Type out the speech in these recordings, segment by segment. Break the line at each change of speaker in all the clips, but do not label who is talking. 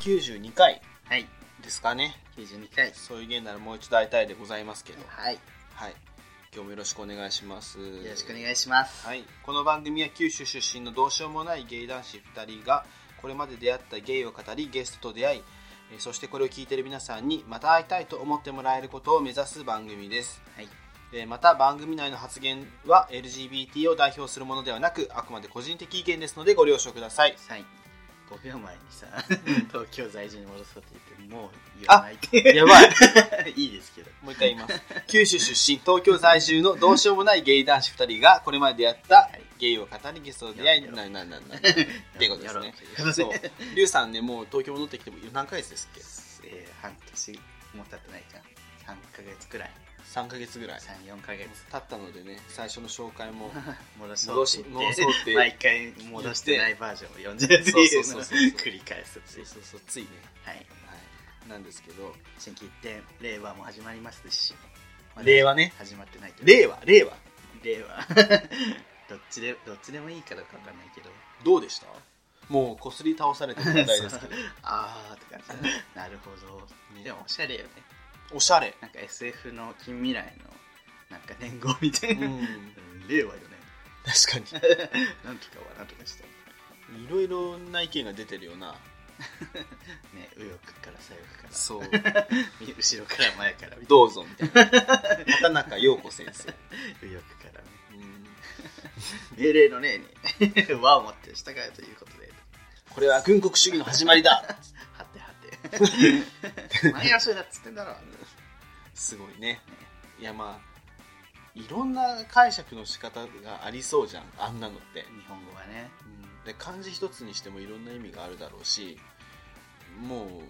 92回
はい
ですかね
92回
そういう現代のもう一度会いたいでございますけど
はい
はい今日もよろしくお願いします
よろしくお願いします
はい、この番組は九州出身のどうしようもないゲイ男子2人がこれまで出会ったゲイを語りゲストと出会いえーそしてこれを聞いている皆さんにまた会いたいと思ってもらえることを目指す番組です
はい
えーまた番組内の発言は LGBT を代表するものではなくあくまで個人的意見ですのでご了承ください
はい5秒前にさ 東京在住に戻そうって言ってもう言わないって
やばい
いいです けど
もう一回言います九州出身東京在住のどうしようもないゲイ男子2人がこれまで出会ったゲイを語りゲストと出会いななんなんなんなんっていうことですね
やろうという
そう
ことで
リュウさんねもう東京戻ってきても何ヶ月ですっけ
えー半年も経ってないか3ヶ月くらい
3ヶ月ぐらい
34ヶ月
経ったのでね最初の紹介も
戻そうって言
戻
っ
そう戻そうって
て毎回戻してないバージョンを読んじゃうっていうの
そうそう
を
そうそう
繰り返すって
そ
いうう
そうそうついね、
はい
はい、なんですけど
新規一点令和も始まりますしまだ
令和ね
始まってないけど
令和令和
令和 どっちでどっちでもいいからかわかんないけど
どうでしたもうこすり倒されてるみた いですけど
ああって感じなるほど、でもおしゃれよね
おしゃれ
なんか SF の近未来のなんか年号みたいな、
うん
令和よね
確か
なんとかはなんとかしたい
にいろいろな意見が出てるよな
ね右翼から左翼から
そう
み後ろから前からみたい
どうぞみたいな畑中陽子先生
な右翼からね
うん
命令の例に 和を持って従えということで
これは軍国主義の始まりだ
はてはて前がそれだっつってんだろ
すごいねいやまあいろんな解釈の仕方がありそうじゃんあんなのって
日本語はね
で漢字一つにしてもいろんな意味があるだろうしもう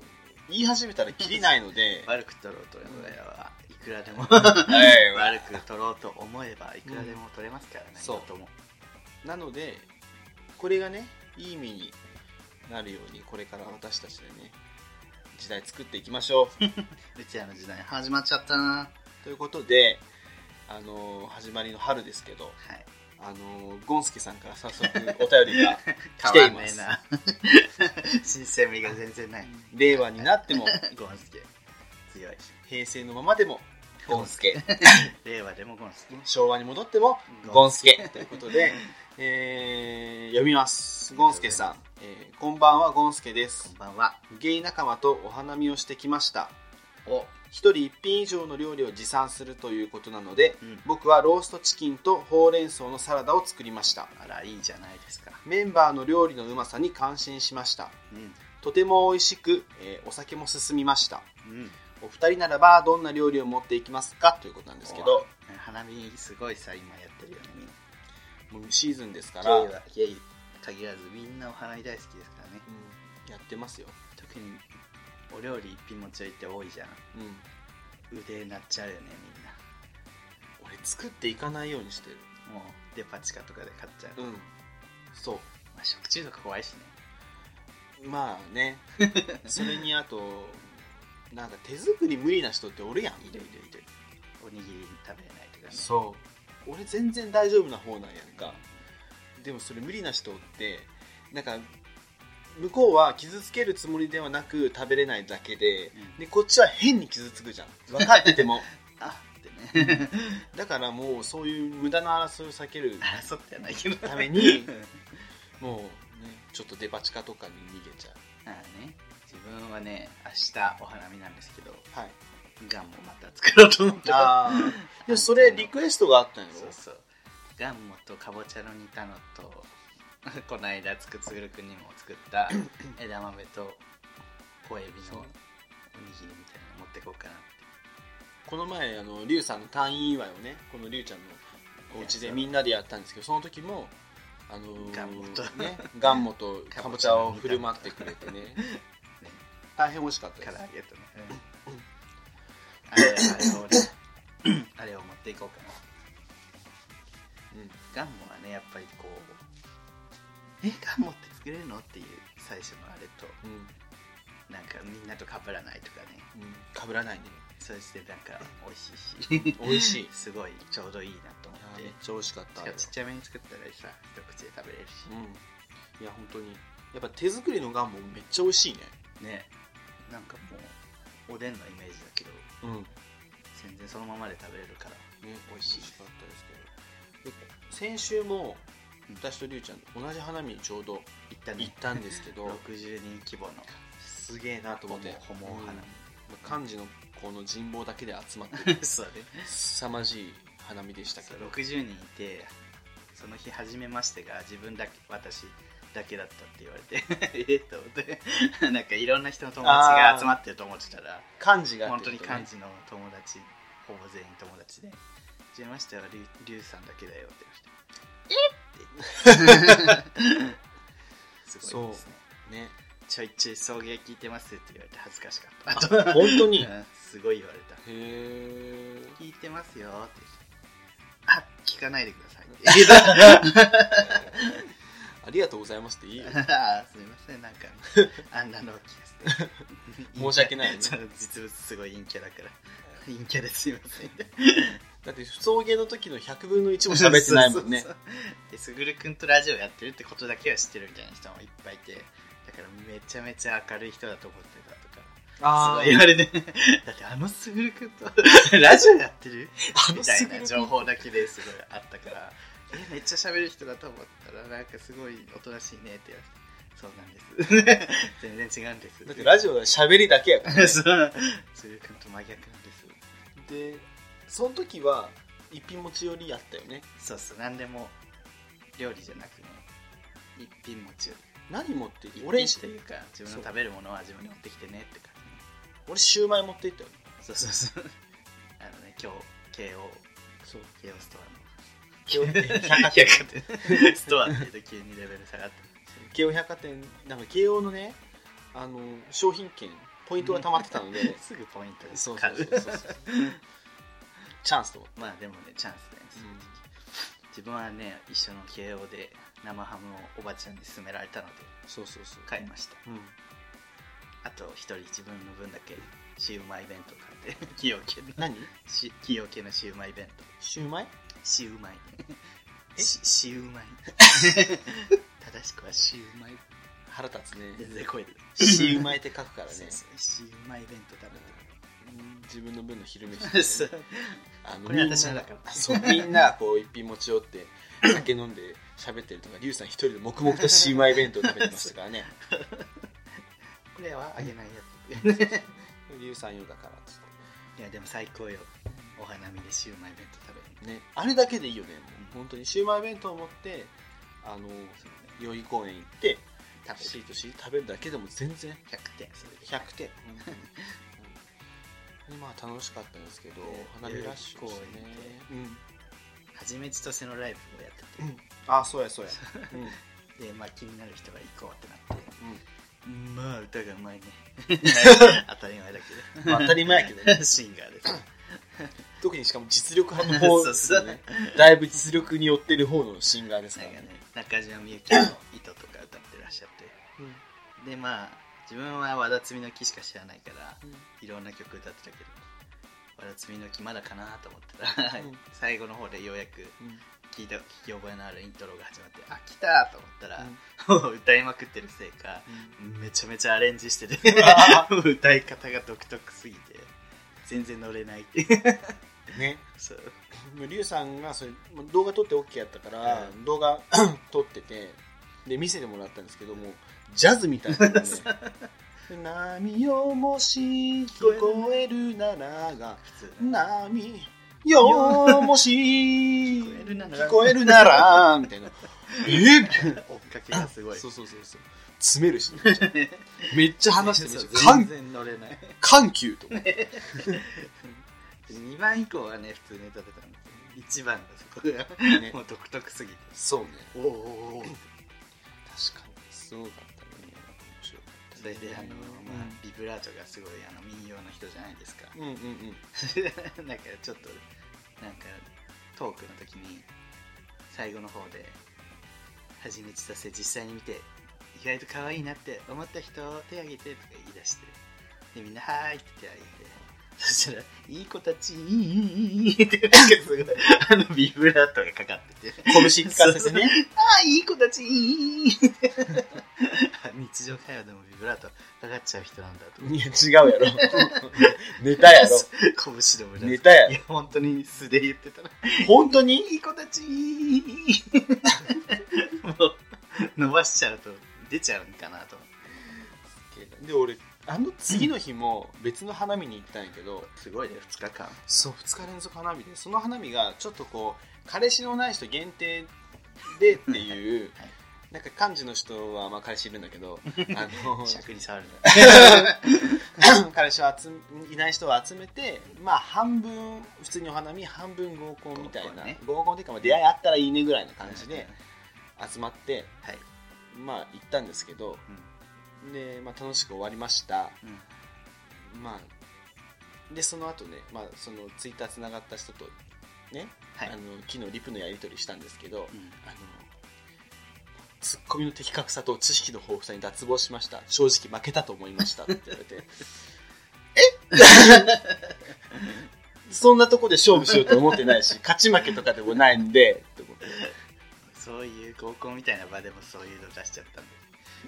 言い始めたらきりないの で
悪く取ろうと俺らはいくらでも
はい
悪く取ろうと思えばいくらでも取れますからね、
うん
そうとも
なのでこれがねいい意味になるようにこれから私たちでね時代作っていきましょ う
うちらの時代始まっちゃったなは
ということであのー始まりの春ですけど
い
あのーゴンスケさんから早速お便り が来
変
て
わ
い
ん
ま
ねえ
す
な 新鮮味が全然ない
令和になっても
ゴンスケ強い
平成のままで もゴンスケ
令和でもゴンスケ
昭和に戻ってもゴンスケということで、えー読みますゴンスケさん、えーこんばんはゴンスケで
こ
す
んばんは
ゲイ仲間とお花見をしてきました
お
一人一品以上の料理を持参するということなので
うん
僕はローストチキンとほうれん草のサラダを作りました
あらいいじゃないですか
メンバーの料理のうまさに感心しました
うん
とても美味しく、えーお酒も進みました
うん
お二人ならばどんな料理を持っていきますかということなんですけど
お花見すごいさ今やってるよねみんな
もうシーズンですか
ゲ
ら、
イはゲイ限らずみんなお花見大好きですからね
うんやってますよ、
特にお料理一品持ち寄りって多いじゃん
うん、
腕になっちゃうよねみんな
俺作っていかないようにしてる
もうデパ地下とかで買っちゃう、
うんそ
まあ、食中毒怖いしね
うまあ ねそれにあとなんか手作り無理な人っておるやん
いるいるいるおにぎり食べれないとかね
そう俺全然大丈夫な方なんやんかでもそれ無理な人ってなんか向こうは傷つけるつもりではなく食べれないだけで
うん
でこっちは変に傷つくじゃん分かってても
あってね
だからもうそういう無駄な争いを避ける
争ってはないけど
ためにもう、ね、ちょっとデパ地下とかに逃げちゃう
あね自分はね明日お花見なんですけど
はい
ガンもまた作ろうと思ってま
ああでもそれリクエストがあったんや
す
ろ
そうそうガンモとかぼちゃの煮たのと この間つくつぐるくんにも作った 枝豆と小エビ
そう
のおにぎりみたいなの持ってこうかな
この前あのリュウさんの退院祝いをねこのリュウちゃんのお家
いや
で
そう
みんなでやったんですけどその時もあのー
ガンモと
ねガンモ とかぼちゃを振る舞ってくれてね
ね
大変美味しかったで
唐揚
す
げとね、あれあれ を俺あれを持っていこうかな
うん
ガンモはねやっぱりこう「えガンモって作れるの?」っていう最初のあれと
うん
なんかみんなと被らないとかね
うんかぶらないね
そしてなんか美味しいし
美味しい
すごいちょうどいいなと思
いや
っ
ー
て
めっ
し
ちゃ美味しかったあ
か
れ
も
は
ちっちゃめに作ったらさ一口で食べれるし
うんいや本当にやっぱ手作りのガンモめっちゃ美味しいね
ねなんかもうおでんのイメージだけど
うん
全然そのままで食べれるから
ね、美味しかったですけどで先週も
うん
私とりゅうちゃん同じ花見にちょうど
行った
行
ね
ったんですけど
60人規模 の
すげえなと思って
ほも
うん
花
まあ幹事のこの人望だけで集 まってる
そうね
凄まじい花見でしたけ
そう
ど
60人いてその日初めましてが自分だけ私だけだったって言 われてえっと思って なんかいろんな人の友達が集まってると思ってたら
幹事が
本当に
ってことね
漢字の友達ほぼ全員友達で「じめましてはりゅりゅうさんだけだよ」って言われて「えっ!」て すごいですね
ね
ちょいちょい送迎聞いてますって言われて恥ずかしかった
本当にへ
うん すごい言われた
え
「聞いてますよ」って「あ聞かないでください」って言う
ありがとうございますっていい よ
あーすみませんなんかあんなのを聞かせて
申し訳ないよね
そう実物すごい陰キャだから陰キャですいません
だって送迎の時の100分の1も喋ってないもん ね
そうそうそうでスグル君とラジオやってるってことだけは知ってるみたいな人もいっぱいいてだからめちゃめちゃ明るい人だと思ってたとか
あ
すごい言
ー
われてだってあのスグル君と ラジオやってる
あ
み
の
た
す
い
ぐ
な
る
情報だけですごいあったからえめっちゃ喋る人だと思ったらなんかすごいおとなしいねって言われてそうなんです 全然違うんです
だってラジオは喋りだけやからね
そうスグル君と真逆なんです
でその時は一品持ち寄りやったよね
そうそう何でも料理じゃなくね一品持ち寄り
何持って
一
俺
品というか自分の食べるものは自分で持ってきてねって感
俺シューマイ持って行ったよね
じそうそうそう あのね今日慶応
そう
慶応ストアの
京
百貨店 ストアって言うと急にレベル下がって
京王百貨店なんか慶応のねあの商品券ポイントが溜まってたので
すぐポイント で
そうそ
買
う
う
そうそう チャンスと思って、
まあでもねチャンスだよね自分はね一緒の慶応で生ハムをおばちゃんに勧められたので
そうそうそう
買いました
うん、
あと一人自分の分だけシウマイ弁当買って 崎陽軒の
何
し崎陽軒のシウマイ弁当
シューマイ
シウマイ
え
しシウ マイ正しくはシウマイ
腹立つね
全然声で
シューマイって書くからね
そうそうシウマイ弁当食
うん自分の分の昼飯、
べて そう
あの
これ
みんな
私のだから
そうみんなこう一品持ち寄って酒飲んで喋ってるとかリュウさん一人で黙々とシウマイ弁当食べてましたからね
これはあげな いやつ
リュウさん用だからっつっ
いやでも最高よお花見でシウマイ弁当食べるの
てねあれだけでいいよねもう本当にシウマイ弁当を持ってあの
そうね
代々木公園行って
食
シ
べ
ー
る
トシート食べるだけでも全然
100点それで
100点、うんまあ楽しかったんですけど
ね
花見ラッシュですね
代々木公園行っ、
うん、
はじめちとせのライブをやってて、
あそうやそう や、うん
でまあ気になる人が行こうってなって
う
まあ歌がうまいね 当たり前だけ
んまあ、当たり前やけど ね
ど シンガーです
特にしかも実力派の方ですよねだいぶ実力によってる方のシンガーです
な
か
ん
ら
か
ね
ね中島みゆきの「糸」とか歌ってらっしゃっ
うん
てでまあ自分は和田摘みの木しか知らないから
うん
いろんな曲歌ってたけど和田摘みの木まだかなと思ってたら、
うん
最後の方でようやく
うん
聞いた聞き覚えのあるイントロが始まってあ来たと思ったら、もう 歌いまくってるせいかめちゃめちゃアレンジしてて
あ
もう歌い方が独特すぎて全然乗れない っていう
ね
そう
もうリュウさんがそれもう動画撮って OK やったから、
う
動画 撮っててで見せてもらったんですけどもジャズみたいな ね波よもし聞こえるならが
普通
波よもし
聞こえるなら
聞こえるならみたいな えっ
追っかけがすごい
そうそうそうそう詰める し、ね、めっちゃ話して
そう
るし緩
全然乗れない
緩急 と思って
2番以降はね普通に歌ってたんですけど1番がそこが
ね
もう独特すぎて
そうね
おーおーおー
確かにすごかったね面白かった
それであの、まあ、ビブラートがすごいあの民謡の人じゃないですか
うんうんうん
なんかちょっとなんかトークの時に最後の方で「初めてさせ実際に見て意外と可愛いなって思った人手挙げて」とか言い出してでみんな「はーい」って手挙げてそしたら「いい子たちいいいいいい」ってなんかすごいあのビブラートがかかってて
拳使っててね
ああ、いい子たち、いい。あ 日常会話でもビブラートかかっちゃう人なんだと
いや違うやろ ネタ やろ
拳でもじゃな
ネ
い
タや
い
ろ
や本当に素で言ってたら
本当に
いい子たちもう伸ばしちゃうと出ちゃうんかなと
で俺あの次の日も別の花見に行ったんやけど、
すごいね2日間、
そう2日連続花火でその花火がちょっとこう彼氏のない人限定でって いう
はい
なんか幹事の人はまあ彼氏いるんだけど あの
尺に触るんだ
彼氏を集めいない人を集めてまあ半分普通にお花見半分合コンみたい
合コ
な
ンね
合コンっていうかまあ出会いあったらいいねぐらいな感じで集まって
はい、
まあ行ったんですけどで、まあ、楽しく終わりました
うんうん
まあでその後ね、まあそのツイッターつながった人とね
はい
あの昨日リプのやり取りしたんですけど、
うん
あのツッコミの的確さと知識の豊富さに脱帽しました正直負けたと思いましたって言わ れてえ そんなとこで勝負しようと思ってないし勝ち負けとかでもないんでって思っ
そういう合コンみたいな場でもそういうの出しちゃったん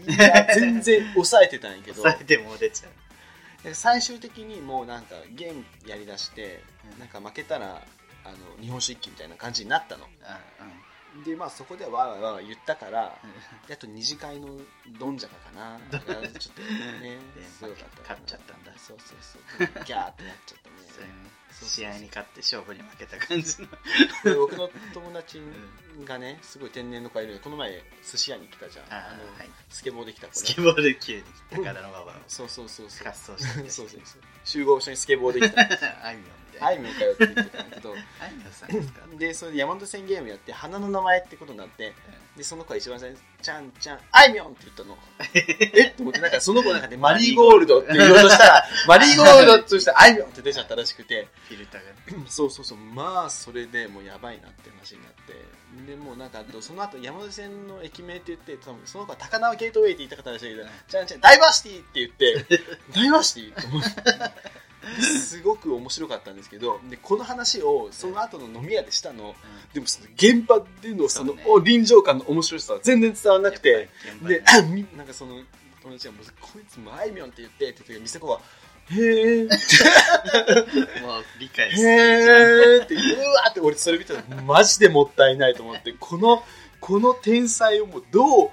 で
ていや全然抑えてたんやけど
抑えても出ちゃう
で最終的にもうなんかゲームやりだして
うん
なんか負けたらあの日本酒一揆みたいな感じになったの
あうん
でまあそこでわーわーわーわー言ったからであと二次会のドンジャカか な
ど
がちょっとね
で
強かった
勝っちゃったんだ
そうそうそうギャーってなっちゃっ
そ
た
ういう
ね
ね
そうそうそう
試合に勝って勝負に負けた感じの
で僕の友達がねすごい天然の子がいるんでこの前寿司屋に来たじゃん
あ
あの、
ーはい
スケボーできた子
ス
ね
ケボーで急に高田の馬場を
そうそうそうそう
滑走したんで
そうそうそう集合一緒にスケボーできた
あいみょん みた
あ
い
いみょんかよって言ってたんだけど
なあいみょんさんですか
でそれで山手線ゲームやって花の名前ってことになってでその子が一番最初に「ちゃんちゃんあいみょん」って言ったのえっと思ってなんかその子の中で「マリーゴールド」って言おうとしたら「マリーゴールド」としたら「あいみょん」って出ちゃったらしくて
フィルターが
そうそうそうまあそれでもうやばいなって話になってでもうなんかあとその後山手線の駅名って言って多分その子は高輪ゲートウェイって言いたかったらしいけど「ちゃんちゃんダイバーシティ」って言って 「ダイバーシティ」って思ってすごく面白かったんですけどでこの話をその後の飲み屋でしたの。でもその現場でのその
そうね
お臨場感の面白さは全然伝わらなくて、で
で
みなんかその友達がもうこいつもあいみょんって言ってって時に店子が「へえ」
もう理解する
へーって、うわーって、俺それ見たら、マジでもったいないと思って、この、この天才をもうどう、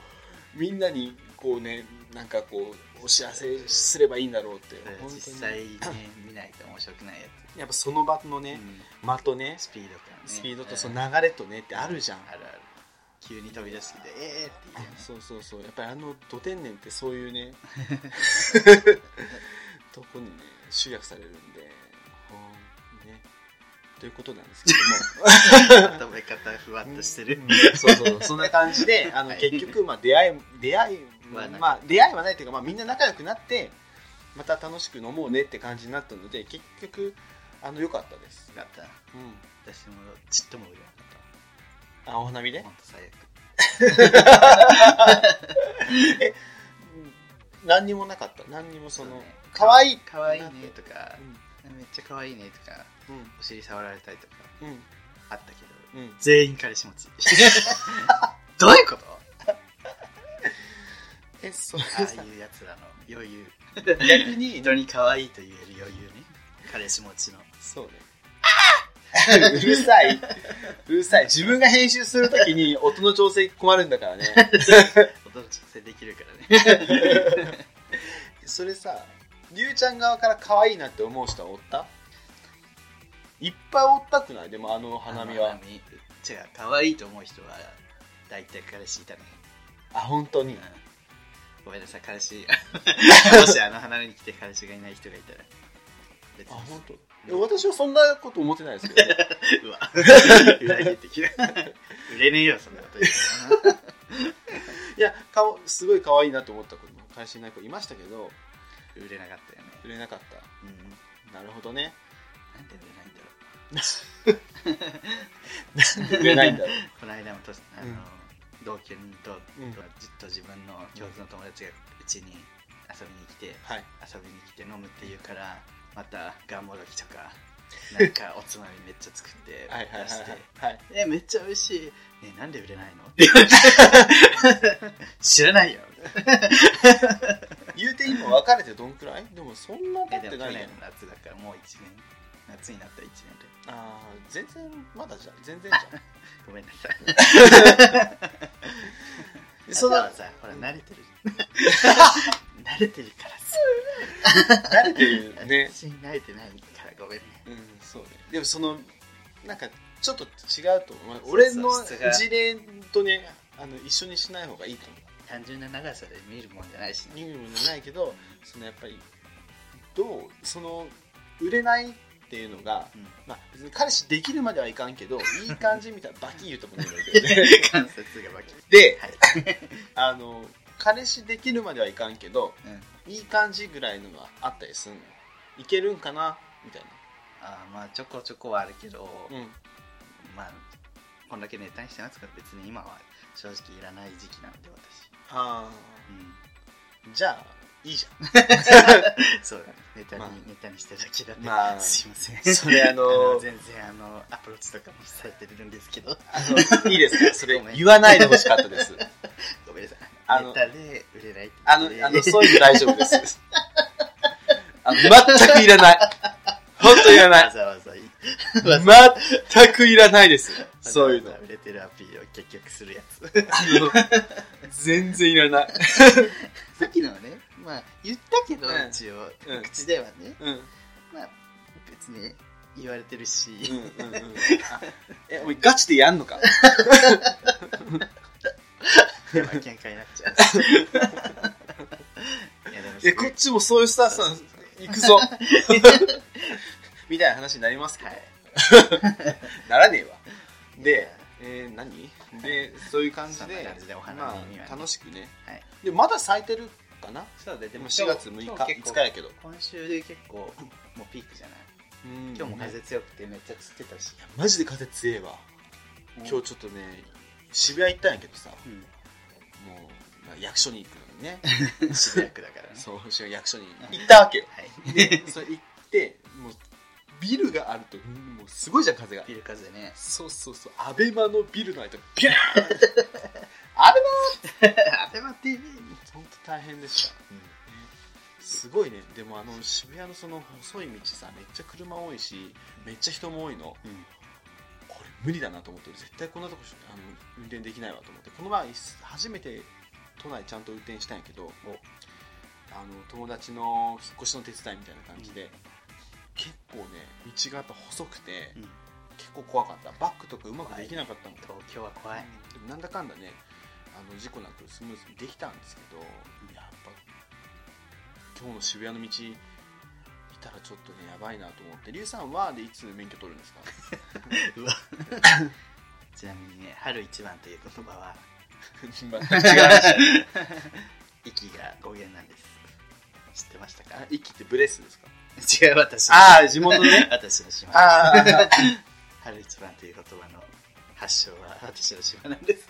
みんなに、こうね、なんかこう、お知らせすればいいんだろうって、本
実
当
際
に。
ね見ないと面白くないや
やっぱその場の
つ
ね、
うん
間とね、
スピード感ね
スピードとその
うん
流れとねってあるじゃん。
あるある急に飛び出してきてええって言うよね
そうそうそう。やっぱりあの、土天然ってそういう ね、とこにね、集約されるんで、ほんね。ということなんですけども。
食べ方ふわっとしてる
うんそうそうそんな感じ であの、
はい
結局、まあ、出会い出会い
はない
まあ、出会いはないというか、まあ、みんな仲良くなってまた楽しく飲もうねって感じになったので結局あの良かったです、
よかった
うん、
私もちっとも泳がなかった
あお花見で
ほんと最悪
うん何にもなかった何にもそ
そう
の
ね
可愛い
可愛いねとか
うん
めっちゃ可愛いねとか
うん
お尻触られたりとか
うん
あったけど
うん
全員彼氏持ち どういうこと
えそ
ああいうやつらの余裕
逆 に
人に可愛いと言える余裕ね彼氏持ちの
そうね うるさいうるさい自分が編集するときに音の調整困るんだからね
音の調整できるからね
それさりゅうちゃん側から可愛いなって思う人はおったいっぱいおったくないでもあの花見は
花見違う可愛いと思う人は大体彼氏いたね、
あ本当
う
に
ん、ごめんなさい彼氏 もしあの花見に来て彼氏がいない人がいたら別
あ
に
本当。え私はそんなこと思ってないですけど ね
うわ裏切ってきた売れねえよそんなこと言うの
いや顔すごい可愛いなと思った子も返しない子いましたけど
売れなかったよね、
売れなかっ
うん、なんで
たなるほど ね
売れないんだろう
売れないんだろ
この間もとあの、
うん
同居人と、
うん
ずっと自分の共通の友達がうちに遊びに来て
はい
遊びに来て飲むっていうからまたがんもどきと かなんかおつまみめっちゃ作って
はいはいはい
出して
はい、はい、
えめっちゃ美味しいねなんで売れないの知らないよみ
言うて今別れてどんくらいでもそんな経
え
っ
で
て
も去
ないや
年
ん
の夏だからもう1年夏になった1年で
ああ全然まだじゃん全然じ ゃん
ごめんなさい
で
そ
そ
の
の
さほら慣れてる 慣れてるからさ
慣れてるね
私に慣れてないからごめんね
うんそうねでもそのなんかちょっと違うと思う俺の
そうそう質が
事例とねあの一緒にしない方がいいと思う
単純な長さで見るもんじゃないし ね
意味もないけどそのやっぱりどうその売れないっていうのが、
うん
まあ、別に彼氏できるまではいかんけどいい感じみたいなバキ言うともねえんだけど ね
観察がバキ
で
はい、
あの彼氏できるまではいかんけど
うん、
いい感じぐらいのはあったりすんのいけるんかなみたい
あーまあちょこちょこはあるけど、
な、うん、
まあこんだけネタにしてますから別に今は正直いらない時期なので私、
あ
うん、
ーじゃあいいじゃん
そうだねネタに、
まあ
ネタにしただけだね、
まあ
すいません
それあのー
全然あのアプローチとかもされてるんですけど
あのいいです かそれ
ごめん
言わないでほしかったです
ごめんなさい
あ
ネ
の
タで売れないって
あの、あの、そういうの大丈夫 です。あの、全くいらない。本当いらな
わ
い。
ざ わざいい
全くいらないです。そういうの
わ。ざわざ売れてるアピールを結局するやつ
あの、全然いらない。
さっきのはねまあ言ったけど、
うん
一応、
うん
口ではね
うん、うん、
まあ別に言われてるし、
うん、うん。え、お前ガチでやんのか
やばい喧嘩になっちゃ ういやでも
え、こっちもそういうスタンスなんです行くぞ。 みたいな話になりますけど。
はい
ならねえわ。で、えー何で、そういう感じ
そん
で
な感じでお、花
ま
見には
あ、
ね
楽しくね。
はい
で、まだ咲いてるかな
そうで
で
で
も
も
4月6日、
今日
5
結
日
構
やけど。
今週で結構もうピークじゃない今日も風強くてめっちゃ散ってたし、
マジで風強えわ今日ちょっとね渋谷行ったんやけどさも
うん
う、まあ、役所に行くのにね
渋谷区だからね
そう渋谷役所に行ったわけよ
はい
でそれ行ってもうビルがあるともうすごいじゃん風が
ビル風でね
そうそうそうアベマのビルの間ビャーン アベ
アベマ TV
マ本当大変でした、ねすごいねでもあの渋谷のその細い道さめっちゃ車多いしめっちゃ人も多いの
うん
これ無理だなと思って絶対こんなとこしあの運転できないわと思ってこの前初めて都内ちゃんと運転したんやけどあの友達の引っ越しの手伝いみたいな感じで、結構ね道がやっぱ細くて、
うん
結構怖かったバックとかうまくできなかったもん、
東京は怖い
でもなんだかんだねあの事故なくスムーズにできたんですけどやっぱ今日の渋谷の道いたらちょっとねやばいなと思ってリュウさんはでいつ免許取るんですか
うわちなみにね春一番という言葉は
全く 違う話
息が語源なんです知ってましたか
あ息ってブレスですか
違う私
ああ地元のね
私の島
ああ
春一番という言葉の発祥は私の島なんです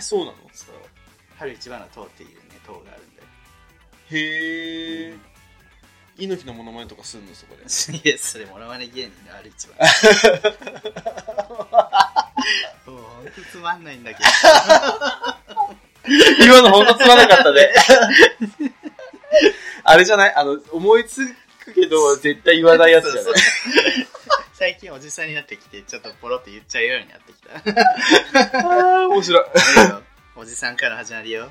そうなの
そう春一番の塔っていうね塔があるんだよ
へえ
うん
猪木のモノマネとかすんのそこで
いやそれモノマネ芸人の春一番 もうほんとつまんないんだけど
今のほんとつまらなかったねあれじゃないあの思いつくけど絶対言わないやつじゃ
そう
ない
最近おじさんになってきてちょっとポロって言っちゃうようになってきた
あー面白い
だけどおじさんから始まるよ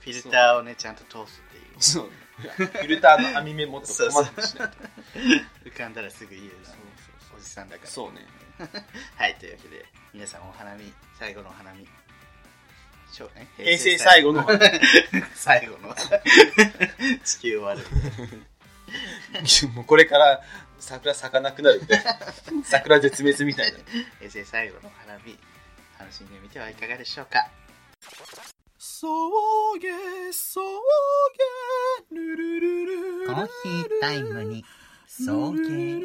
フィルターをねちゃんと通すっていう
そうフィルターの網目もっと細かくしないと
浮かんだらすぐ言うな
そうそう
おじさんだから
そうね
はいというわけで皆さんお花見最後のお花見しょうね
平成最後の
最後の 地球終わる
もうこれから桜咲かなくなるみたいな桜絶滅みたいな
平成最後のお花見楽しんでみてはいかがでしょうか
そうげそうげルルルル
コーヒータイムに送迎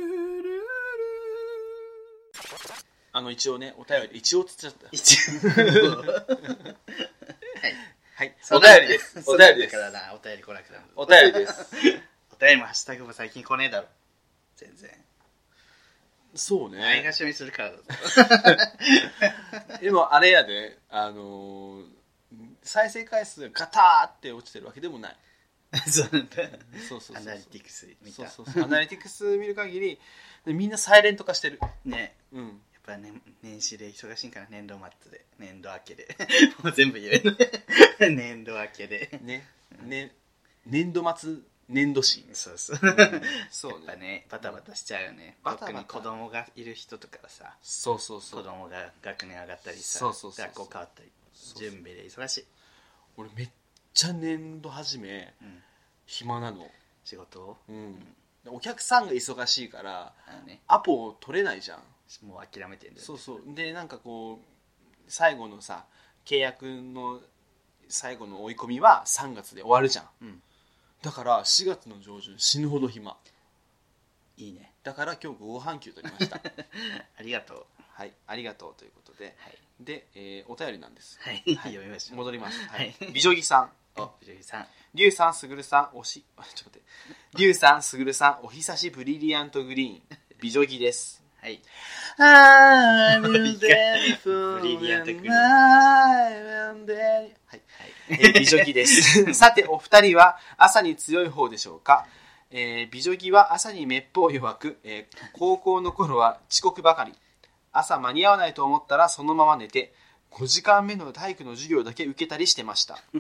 あの一応ねお便り一応つっちゃった
一応はい
はい
そ
お
んな
便り ですお便りです
そんなんだからなお便り来なくなる
お便りです
お便りもハッシュタグも最近来ねえだろ全然
そう
ないが
ね
しろにするからだぞ
でもあれやであのー再生回数がガターって落ちてるわけでもない
そうなんだ
そうそうそう
ア
そ
ナ
う
リティクス見
そ
た
うそうそうアナリティクス見る限りでみんなサイレント化してる
ね
うん
やっぱね年始で忙しいんから年度末で年度明 けでもう全部言え ない年度明けで
ねね年度末年度 始
そうそう
そう
やっぱねバタバタしちゃうよね
バタバタ
特に子供がいる人とかはさ
そうそうそ
子
う
供が学年上がったりさ
そうそうそうそう
学校変わったり
そうそう
準備で忙しい、
俺めっちゃ年度始め
うん
暇なの
仕事を
うんお客さんが忙しいから
あのね
アポを取れないじゃん
もう諦めてるんだよね
そうそうでなんかこう最後のさ契約の最後の追い込みは3月で終わるじゃん
うん
だから4月の上旬死ぬほど暇
いいね
だから今日午後半休取りました
ありがとう
はいありがとうということで
はい
で、えーお便りなんです
はい、
はい
読みましょう
戻ります、はい
はい
美女木さん
あ藤井さん
リュウさん、すぐるさん、おし、 あちょっと待って。リュウさん、すぐるさん、お久しぶりリリアントグリーン、美女木 です。
はい
あー、
knew that before
はい。えー美女木です。さて、お二人は朝に強い方でしょうか、えー美女木は朝に滅法弱く、えー高校の頃は遅刻ばかり。朝間に合わないと思ったらそのまま寝て、5時間目の体育の授業だけ受けたりしてました。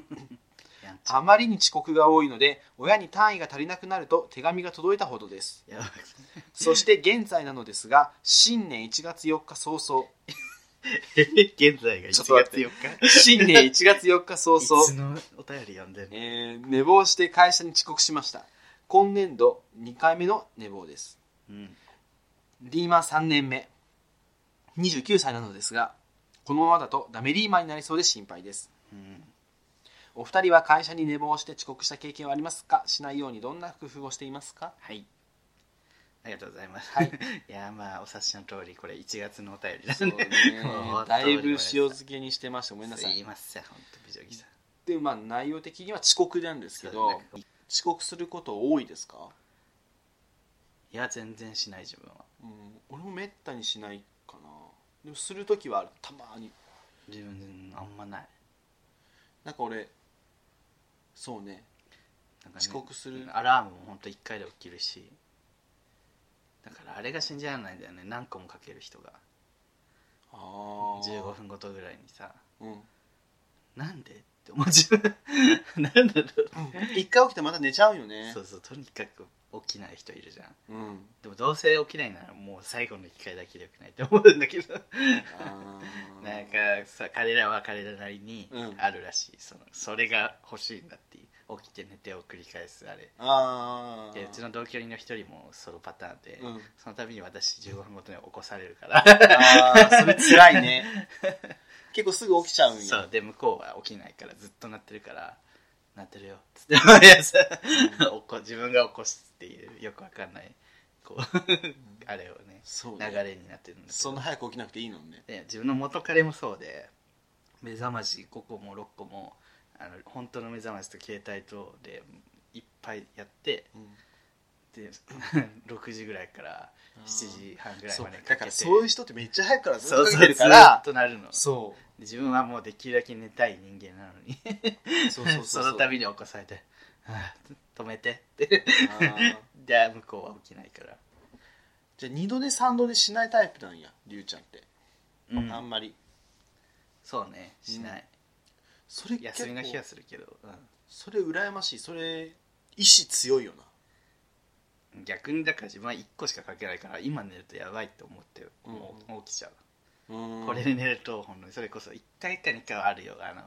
やんちゃ
あまりに遅刻が多いので、親に単位が足りなくなると手紙が届いたほどです。
やばい
そして現在なのですが、新年1月4日早々、
現在が1
ちょっ
月
と待って
4日
新年1月4日早
いつ
々、
のお便り読んでる
えー寝坊して会社に遅刻しました。今年度2回目の寝坊です。
うん
リーマン3年目29歳なのですがこのままだとダメリーマンになりそうで心配です
うん
お二人は会社に寝坊して遅刻した経験はありますかしないようにどんな工夫をしていますか
はいありがとうございます、
はい
い、やまあお察しの通りこれ1月のお便りだね もう
だいぶ塩漬けにしてましたごめんなさ
すい
い
ません本当美女木さん
でまあ内容的には遅刻なんですけ
そう
ど
なんかい
遅刻すること多いですか、
や全然しない自分は
うん、俺もめったにしないかなでもする時はあるたまに
自分あんまない
なんか俺そうね
なんかね
遅刻する
アラームも本当一1回で起きるしだからあれが信じられないんだよね何個もかける人が
ああ
15分ごとぐらいにさ
分うん
なんでって思う自分なんだろう
一回起きてまた寝ちゃうよね
そうそうとにかく起きない人いるじゃん
うん
でもどうせ起きないならもう最後の機会だけでよくないって思うんだけど
あー
なんかさ彼らは彼らなりに
うん
あるらしい、そのそれが欲しいんだっていう起きて寝てを繰り返すあれ
あー
でうちの同居人の一人もそのパターンで、
うん
その度に私15分ごとに起こされる から
あーそれ辛い ね結構すぐ起きちゃうんや
そうで向こうは起きないからずっと鳴ってるから鳴ってるよっつって 毎朝 起こ自分が起こすっていうよくわかんない こうあれをね
そうね
流れになってるんです
そんな早く起きなくていいのにね
で自分の元彼もそうで目覚まし5個も6個もあの本当の目覚ましと携帯とでいっぱいやってで 6時ぐらいから
あー
7時半ぐらい
そう
までかけて
だからそういう人ってめっちゃ早くからずっと起きて
そう
る
ず
か
っ
ら
となるの
そう
で自分はもうできるだけ寝たい人間なのに
そう
その度に起こされて「はあ止めて」って
あー
で向こうは起きないから、
じゃあ二度寝三度寝しないタイプなんやりゅうちゃんって、
うん
あんまり
そうねしない、
それ
休みの日は
結構
するけど、
それ羨ましいそれ意志強いよな
うん逆にだから自分は1個しかかけないから今寝るとやばいと思って
うん
もう起きちゃう、
うん
これで寝ると本当にそれこそ1回か2回はあるよあの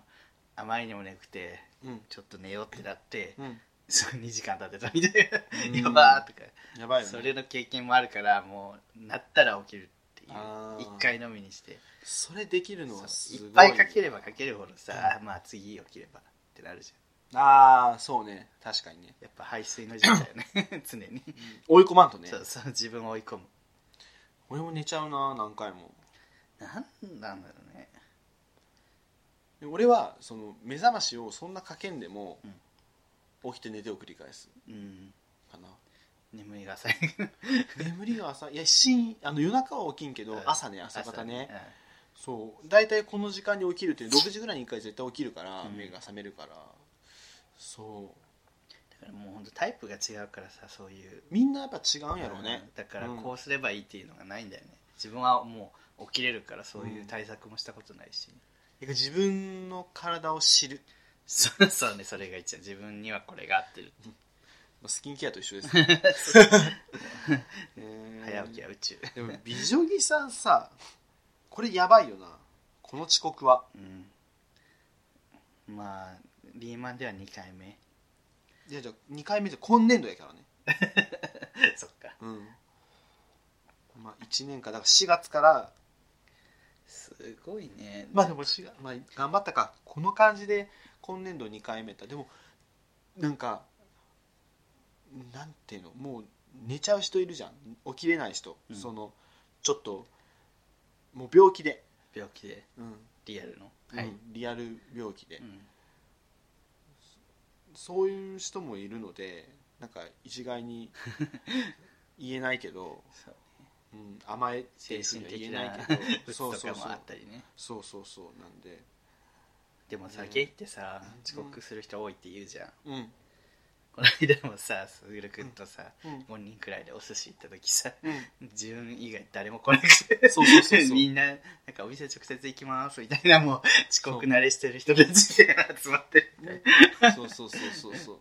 あまりにも眠くて
うん、
ちょっと寝ようってなって、
うん、
そう2時間経ってたみたい
うん
な「やばー」とか、
やばいよ、ね、
それの経験もあるからもうなったら起きるっていう
あー
1回のみにして
それできるのはす
いっ
ごい
ぱいかければかけるほどさ、まあ次起きればってなるじ
ああそうね確かにね
ゃんやっぱ排水の時代だよね 常に、
追い込まんとね
そうそう自分を追い込む
俺も寝ちゃうな何回も
なんなんだろうね
で俺はその目覚ましをそんなかけんでも、起きて寝てを繰り返す
うん
か な
眠いが浅い
眠りが浅いいやしんあの夜中は起きんけど、
うん
朝ね朝方ね、そう大体この時間に起きるって6時ぐらいに1回絶対起きるから、
うん
目が覚めるからそう
だからもう本当タイプが違うからさそういう
みんなやっぱ違うんやろうね、
だから
うん
こうすればいいっていうのがないんだよね、自分はもう起きれるからそういう対策もしたことないし、
自分の体を知る
そそうそうねそれが一番自分にはこれが合ってるって
まあスキンケアと一緒です、 ね、
早起きは宇宙、
でも美女木さんさこれやばいよなこの遅刻は
うん、まあリーマンでは2回 目
いやじゃあ2回目で今年度やからね
そっか
うんまあ1年間だから4月から
すごいね
まあでもしが、まあ、頑張ったかこの感じで今年度2回目だでもなんかなんていうのもう寝ちゃう人いるじゃん起きれない人、
うん
そのちょっともう病気で、
病気で
うん
リアルの
う、んリアル病気で、
うん
そういう人もいるのでなんか一概 に言えないけど、
そう
うん、甘えて
精
るふう
神
には言えな
的な
いけど
鬱
そう
と
そう
か
そう
もあったりね
そうそうそうなんで
でもさ
うん
ゲイってさ
うん
遅刻する人多いって言うじゃん、
うん
この間もさすぐるくんとさ、
うん
5人くらいでお寿司行った時さ
うん
自分以外誰も来なくて
そうそうそうそう
みんななんかお店直接行きますみたいなもう遅刻慣れしてる人たちで集まってるみたいな
そうそうそうそうそ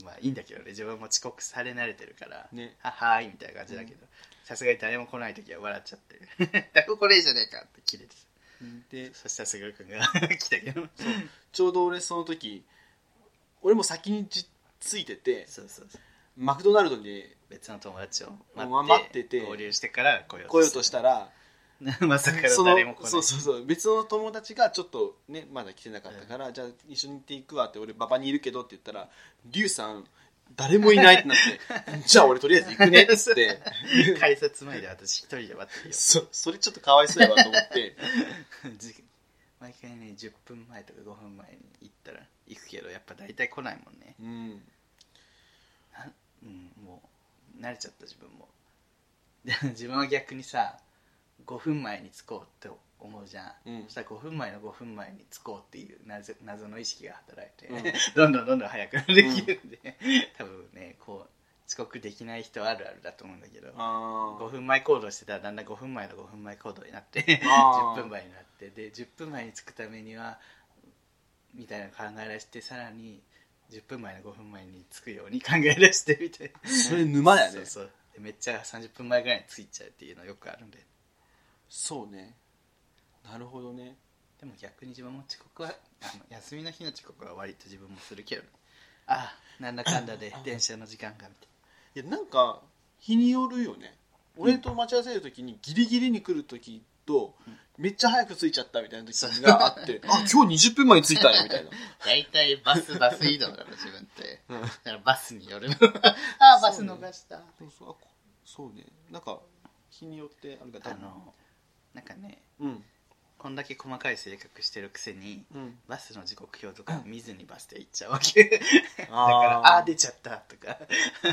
う
まあいいんだけどね自分も遅刻され慣れてるから「
ね
ははーい」みたいな感じだけどさすがに誰も来ない時は笑っちゃ って「誰も来ねえじゃねえか」ってキレて
で
たそしたらすぐるくんが 来たけど
ちょうど俺その時俺も先にじついてて
そうそうそう
マクドナルドに
別の友達を
うん
待
待
っ
っててて
合流してから来よう
来ようとしたら
た まさか
その
の誰も来ない
そうそうそう別の友達がちょっとねまだ来てなかったから、じゃあ一緒に行っていくわって俺馬場にいるけどって言ったらリュウさん誰もいないってなって じゃあ俺とりあえず行くねっつって
改札前で私一人で待ってるよ
そそれちょっとかわいそうやわと思って
じ毎回ね10分前とか5分前に行ったら行くけどやっぱ大体来ないもんね
うん
うんもう慣れちゃった自分も で自分は逆にさ5分前に着こうって思うじゃん、
うん
そしたら5分前の5分前に着こうっていう謎謎の意識が働いて、
うん
どんどんどんどん早くできるんで、多分ねこう遅刻できない人あるあるだと思うんだけど
あ
5分前行動してたらだんだん5分前の5分前行動になって10
あー
分前になってで10分前に着くためにはみたいなの考え出してさらに10分前の5分前に着くように考え出してみたいな
あそれ沼やね
そうそうでめっちゃ30分前ぐらいに着いちゃうっていうのよくあるんで
そうねなるほどね
でも逆に自分も遅刻はあの休みの日の遅刻は割と自分もするけどねああなんだかんだで電車の時間がみたい
いやなんか日によるよね俺と待ち合わせる時にギリギリに来る時とめっちゃ早く着いちゃったみたいな時があって あ今日20分前に着いたんやみたいな
な大体バスバス移動だろ自分って
うん
だからバスによる ああバス
そうね
逃した
そうそうあこそうねなんか日によってあるか
あ
ら
のなんかね
うん
こんだけ細かい性格してるくせに
うん
バスの時刻表とか見ずにバス停行っちゃうわけ だからああー出ちゃったとか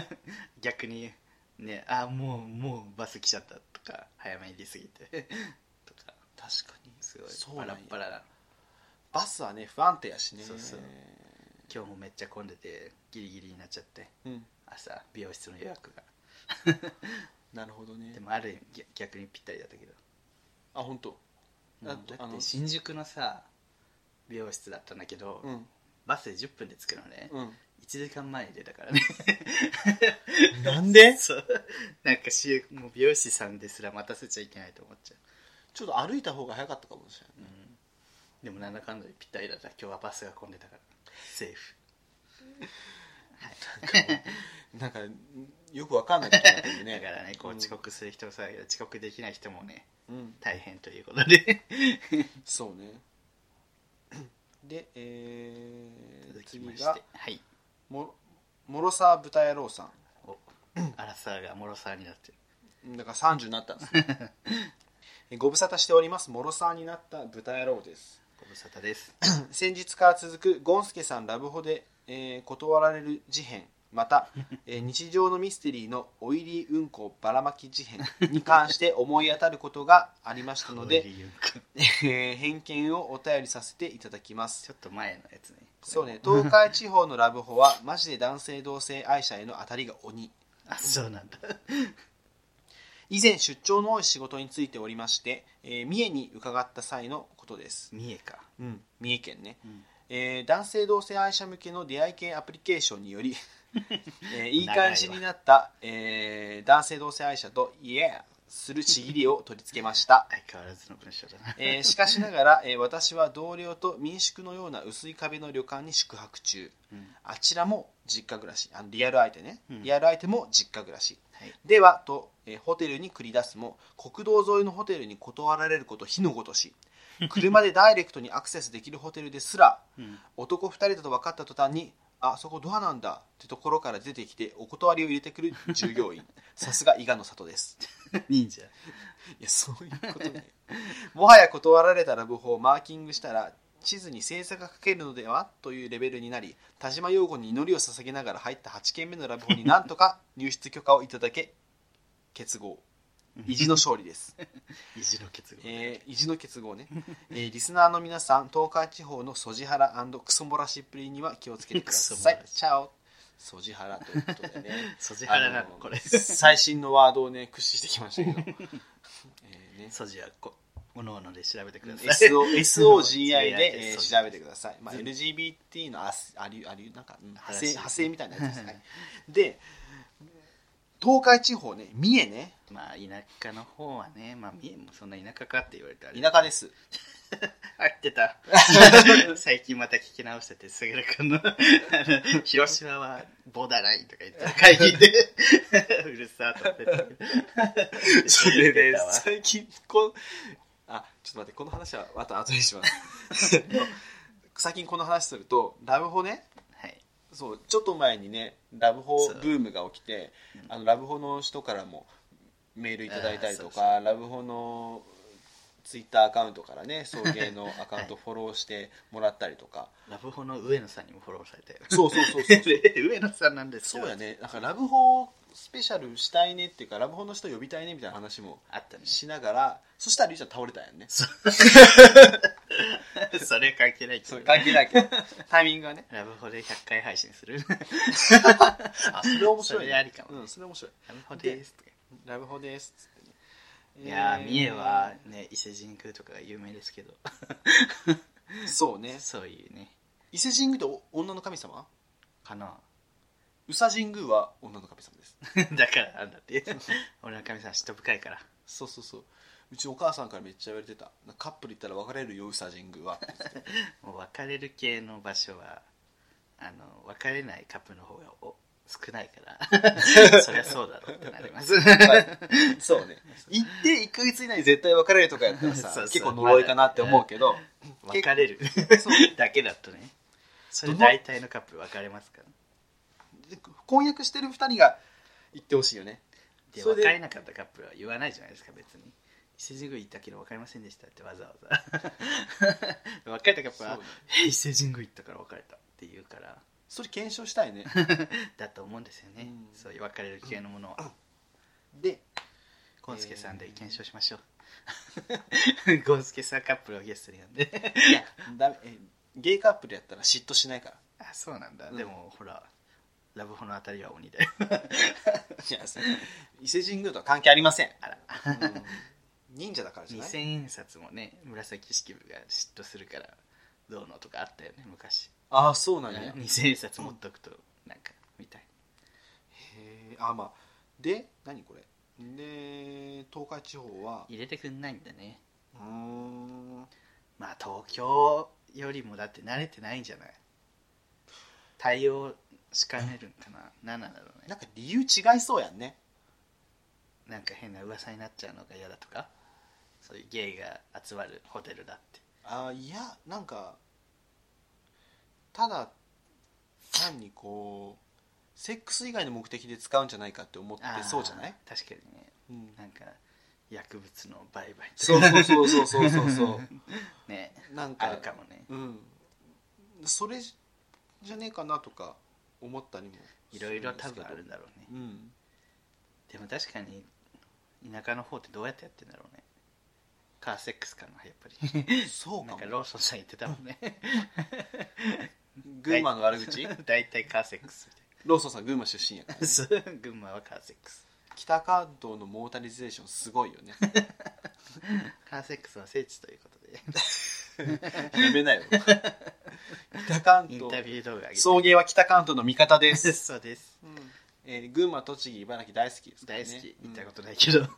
逆にねああもうもうバス来ちゃったとか早めに出過ぎて とか
確かに
すご
そう
い
なんや
バラッバラな
バスはね不安定やしね
そうそう今日もめっちゃ混んでてギリギリになっちゃって
うん
朝美容室の予約が
なるほどね
でもある意味ぎゃ逆にぴったりだったけど
あ本当
もう
あ
だ
あ
っ
の
て新宿のさ美容室だったんだけど、
うん
バスで10分で着くのね、
うん
1時間前に出たからね
なんで
そうなんかしもう美容師さんですら待たせちゃいけないと思っちゃ
ちょっと歩いた方が早かったかもしれ
う、うん、でもなんだかんだでぴったりだった今日はバスが混んでたからセーフ
ないなんかよくわかんないことになってる
だ
ね
からねこう
うん
遅刻する人さ、遅刻できない人もね
うん
大変ということで
そう ねで、えー、
続き
次
まして
が
はい
も諸沢豚野郎さ
おアラサーがもろさーになってる
んだから30になったん ですよえご無沙汰しております諸沢になった豚野郎です
ご無沙汰です
先日から続くゴンスケさんラブホで、えー断られる事変また、え ー日常のミステリーのオイリーうんこばらまき事変に関して思い当たることがありました ので、えー偏見をお便りさせていただきます
ちょっと前のやつね
そうね東海地方のラブホはマジで男性同性愛者への当たりが鬼
あそうなんだ
以前出張の多い仕事についておりまして、えー三重に伺った際のことです、
三重か
三重県ね、
ん
えー男性同性愛者向けの出会い系アプリケーションにより、えーいい感じになった、えー男性同性愛者とイエーするちぎりを取り付けました
相変わらずの文章だな
えーしかしながら、えー私は同僚と民宿のような薄い壁の旅館に宿泊中、
うん
あちらも実家暮らしあのリアル相手ね、
うん
リアル相手も実家暮らし、
はい
ではと、えーホテルに繰り出すも国道沿いのホテルに断られること火のごと し車でダイレクトにアクセスできるホテルですら
うん
男2人だと分かった途端にあそこドアなんだってところから出てきてお断りを入れてくる従業 員さすが伊賀の里です
忍者
いやそういうことねもはや断られたラブホをマーキングしたら地図に星座が書けるのではというレベルになり田島陽子に祈りを捧げながら入った8件目のラブホになんとか入室許可をいただけ結合意地の勝利です、
意地の結合
えー意地の結合ね、えーリスナーの皆さん東海地方のソジハラクソモラシっぷりには気をつけてくださ
クソモ
い
ラシ
チャオソジハラということで ね
ソジハラなの
あー
こ れ
最新のワードをね駆使してきましたけど、 えーね
ソジはこおのおので調べてくださ い
SO SOGI
うん
で、えー
そう
調べてください、まあ、
うん
LGBT のあすありありなんか、うん派生
新しい
派生みたいなやつですね、
うん
はいで東海地方ね三重ね
まあ田舎の方はねまあ三重もそんな田舎かって言われたら
田舎です
あ合ってた 最近また聞き直してて杉浦君のあの広島はボーダーラインとか言ってた会議で うるさーと思ってたけ ど
それで
言ってたわ
最近こあちょっと待ってこの話はまた後にします 最近この話するとラブホね
はい
そうちょっと前にねラブホブームが起きて、
うん
あのラブホの人からもメールいただいたりとか
あ
ラブホのツイッターアカウントからね送迎のアカウントフォローしてもらったりとか、
ラブホの上野さんにもフォローされたよ
そうそうそうそう
で上野さんなんですけ
そ
ど
うやねなんかラブホスペシャルしたいねっていうかラブホの人呼びたいねみたいな話も
あったね
しながらそしたらりゅうちゃん倒れたんやんね
そそれ関係ないけ
そ
ど
れ関係 ないけどタイミングがね
ラブホで100回配信 する
あそれ面白い、ね、
それありかもね
うん、それ面白い
ラブホですとか
ラブホですっつってね
いや
え
ー
ー
三重はね伊勢神宮とかが有名ですけど
そうね
そういうね
伊勢神宮ってお女の神様
かな
宇佐神宮は女の神様です
だからなんだ って俺の神さん嫉妬深いから
そうそうそううちお母さんからめっちゃ言われてたカップル行ったら別れるよ宇佐神宮はって
もう別れる系の場所はあの別れないカップの方がお少ないから そりゃそうだろうってなります
そうね行って1か月以内に絶対別れるとかやったらさ
そうそう
結構呪いかなって思うけど、
別れる
そう
だけだとねそれ
どの
大体のカップル別れますから
婚約してる2人が行ってほしいよね
で
それで
別れなかったカップルは言わないじゃないですか別に伊勢神宮行ったけど別れませんでしたってわざわ ざ別れたカップル
そう
は
ね
「え伊勢神宮行ったから別れた」って言うから
それ検証した いね
だと思うんですよね
うん
そういう別れる系のものを
で
ゴンスケさんで検証しましょう ゴンスケさんカップルをゲストに呼んで
いやだえゲイカップルやったら嫉妬しないから
あそうなんだ、
うん
でもほらラブホのあたりは鬼だよ
いやそれ伊勢神宮とは関係ありません、
あら
うん忍者だからじゃ
二
ない
千円札もね紫式部が嫉妬するからどうのとかあったよね昔
ああそうなんや、
二千円札持っとくとなんかみたい
へえあまあで何これで東海地方は
入れてくんないんだね
うーん
まあ東京よりもだって慣れてないんじゃない対応しかねるんかな何なんだろうね
なんか理由違いそうやんね
なんか変な噂になっちゃうのが嫌だとかそういうゲイが集まるホテルだって
あーいやなんかただ単にこうセックス以外の目的で使うんじゃないかって思って
あー
そうじゃない、
確かにね
うん、
なんか薬物の売買と
そう
か
そうそうそうそうそうそ
ね
うなん
あ
か
るかもね
うんそれじゃねえかなとか思ったりも
いろいろ多分あるん
だ
だろうね
うん
でも確かに田舎の方ってどうやってやってんだろうねカーセックスかなやっぱり
そう
な
か
んか
も
ローソンさん言ってたもんね
群馬の悪口
大体カーセックス
ローソンさん群馬出身やから、ね、
みたいな群馬はカーセックス
北関東のモータリゼーションすごいよね
カーセックスの聖地ということで
やめなよ北関
インタ
東
ビュー動画上げて
送迎は北関東の味方です、
そうです
えー群馬栃木茨城大好きですから
大
ね
好き
う
行
ん
ったことないけど
ま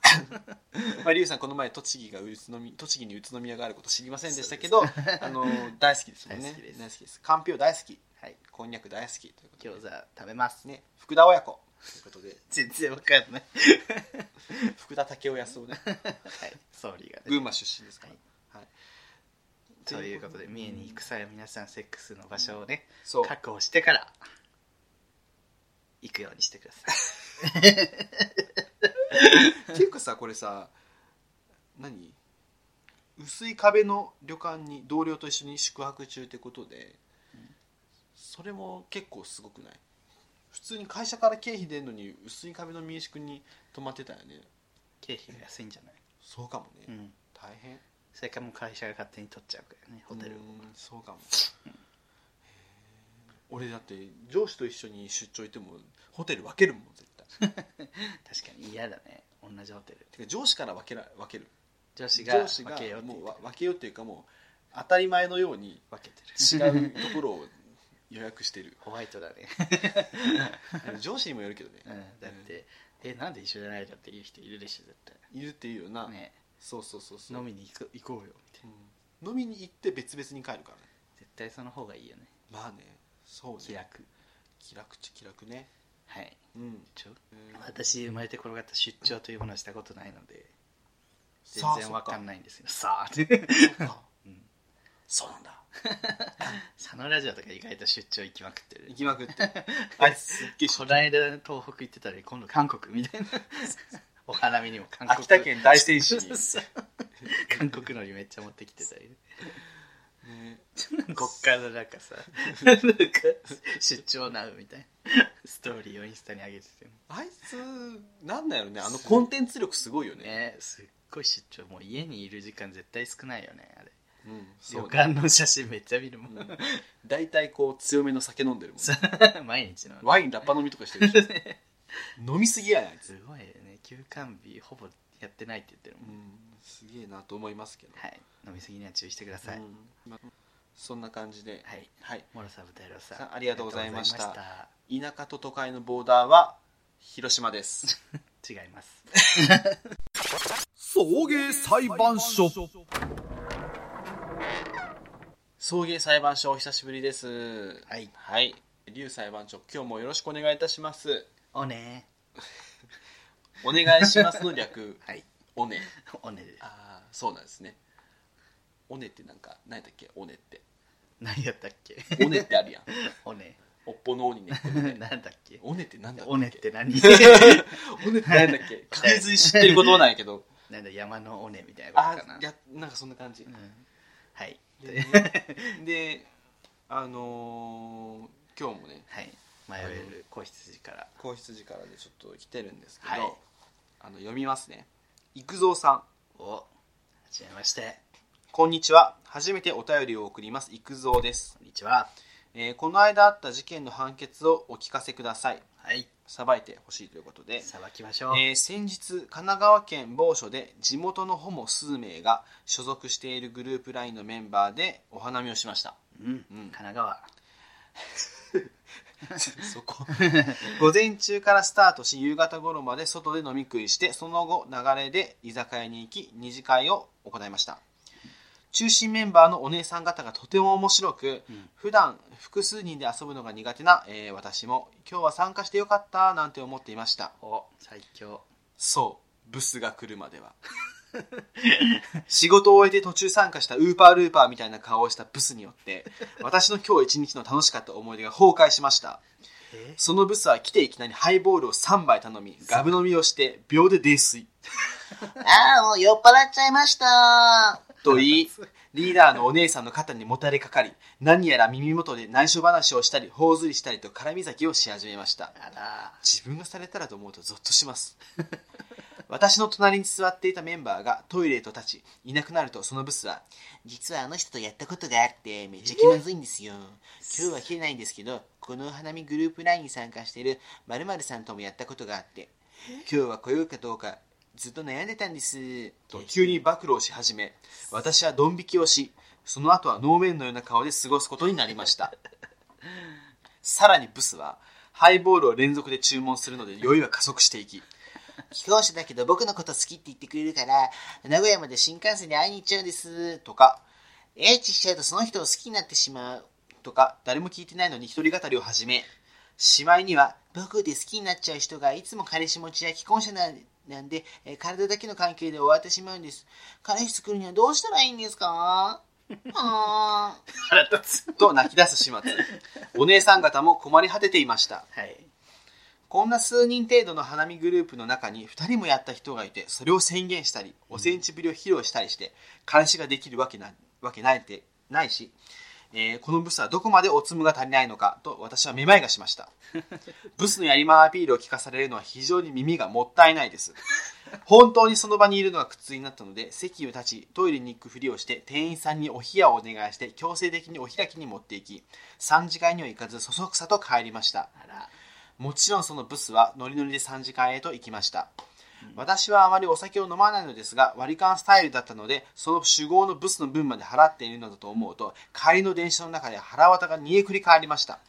あ、リュウさんこの前栃木が宇都宮栃木に宇都宮があること知りませんでしたけど、 あの大好きですもんね
大好きです
大好きですかんぴょう大好き
はい
こんにゃく大好きということで
餃子食べます
ね福田親子という ことで
全然わかんない
福田武雄康夫ね
はい総理がね
群馬出身ですから、
は
は
い
い
ということで三重に行く際は皆さんセックスの場所をね
そう
確保してから行くようにしてください
っていうかさこれさ何薄い壁の旅館に同僚と一緒に宿泊中ってことでそれも結構すごくない普通に会社から経費出るのに薄い壁の民宿に泊まってたよね
経費が安いんじゃない、
そうかもね、
うん、
大変
それかもう会社が勝手に取っちゃうからねホテルを
うーんそうかもへー俺だって上司と一緒に出張行ってもホテル分けるもん絶対
確かに嫌だね同じホテル
てか上司から分けら分ける
上司が
上司
分
が
けようって
も
言っ
う
て
わ分けようっていうかもう当たり前のように
分けてる
違うところを予約して る
ホワイトだね、
あの上司にもよるけどね
うん、だって、えなんで一緒じゃないだっていう人いるでしょ絶
いるっていうよな、
対ね
そうそうそうそう
飲みに行こ行こうよみたいな
うん飲みに行って別々に帰るからね
絶対その方がいいよね
まあねそうね
気楽
気楽っちゃ気楽ね
はい
うん
ちょ
うん
私生まれて転がった出張というものをしたことないので全
さあ
然わかん
ない
ないんですよさあ「うん
そうなんだ
佐野ラジオ」とか意外と出張行きまくってる
行きま くってあいつすっげえ
こないだ東北行ってたのに今度韓国みたいな お花見にも韓国
秋田県大仙市に
そう韓国のりめっちゃ持ってきてたりね
ね
こっからなんかさなんか出張なうみたいなストーリーをインスタに上げてて
あいつなんだよねあのコンテンツ力すごいよね
ねすっごい出張もう家にいる時間絶対少ないよねあれ
うんそ
旅
うね
館の写真めっちゃ見るもん、
うん大体こう強めの酒飲んでるもん
そう 毎日の
ワインラッパ飲みとかしてるし 飲みすぎやねあいつ
すごいよね休館日ほぼやってないって言ってるもん、
うんすげえなと思いますけど
はい飲みすぎには注意してください、
うんまそんな感じで
はい
はい
モロサブ太郎さ
さ
ん
んありがとうございました
ありがとうございま
田舎と都会のボーダーは広島です
した違います
送迎裁判所
送迎裁判所お久しぶりです
はい
はい劉裁判長今日もよろしくお願いいたします
おね
お願いしますの 略
はい
おね
おねです
ああそうなんですねおねってなんか何だっけおねって
何やったっけ
おねってあ るやん
おね
おっぽのおにねって
なんだっけ
おねってなんだっけ
おねって何
おねってなんだっけ確実に知ってることはないけど
なんだ山のおねみたいな
あ
ことかな
ーいやなんかそんな感じ
うん はい
で,、であのー今日もね
はい迷える子羊から
子羊からでちょっと来てるんですけど、
はい
あの読みますね育三さん
おはじめまして
こんにちは初めてお便りを送ります育三です
こんにちは
えーこの間あった事件の判決をお聞かせください
はい
さばいてほしいということで、
さばきましょう、
えー先日神奈川県某所で地元のホモ数名が所属しているグループ LINE のメンバーでお花見をしました
うん、
うん
神奈川
そこ午前中からスタートし夕方頃まで外で飲み食いしてその後流れで居酒屋に行き二次会を行いました中心メンバーのお姉さん方がとても面白く、
ん
普段複数人で遊ぶのが苦手な、えー私も今日は参加してよかったなんて思っていました
お最強
そうブスが来るまでは 仕事を終えて途中参加したウーパールーパーみたいな顔をしたブスによって私の今日一日の楽しかった思い出が崩壊しました
え
そのブスは来ていきなりハイボールを3杯頼みガブ飲みをして秒で泥酔
ああもう酔っ払っちゃいました
と言いリーダーのお姉さんの肩にもたれかかり、何やら耳元で内緒話をしたり、頬ずりしたりと絡み咲きをし始めました。
あら
自分がされたらと思うとゾッとします 私の隣に座っていたメンバーがトイレへと立ちいなくなるとそのブスは「実はあの人とやったことがあってめっちゃ気まずいんですよ今日は切れないんですけどこのお花見グループ LINE に参加している〇〇さんともやったことがあって今日は来ようかどうかずっと悩んでたんです」と急に暴露をし始め私はドン引きをしその後は能面のような顔で過ごすことになりましたさらにブスはハイボールを連続で注文するので酔いは加速していき既婚者だけど僕のこと好きって言ってくれるから名古屋まで新幹線で会いに行っちゃうんですとかエッチしちゃうとその人を好きになってしまうとか誰も聞いてないのに一人語りを始めしまいには僕で好きになっちゃう人がいつも彼氏持ちや既婚者なんなんで、えー体だけの関係で終わってしまうんです彼氏作るにはどうしたらいいんですかあー
腹立つ
と泣き出す始末お姉さん方も困り果てていました
はい
こんな数人程度の花見グループの中に2人もやった人がいてそれを宣言したりおセンチぶりを披露したりして監視ができるわけなわけないってないし、えーこのブスはどこまでおつむが足りないのかと私はめまいがしましたブスのやりまんアピールを聞かされるのは非常に耳がもったいないです本当にその場にいるのが苦痛になったので席を立ちトイレに行くふりをして店員さんにお冷やをお願いして強制的にお開きに持っていき3次会には行かずそそくさと帰りました
あら
もちろんそのブスはノリノリで3次会へと行きました私はあまりお酒を飲まないのですが割り勘スタイルだったのでその酒豪のブスの分まで払っているのだと思うと帰りの電車の中で腹渡が煮えくり返りました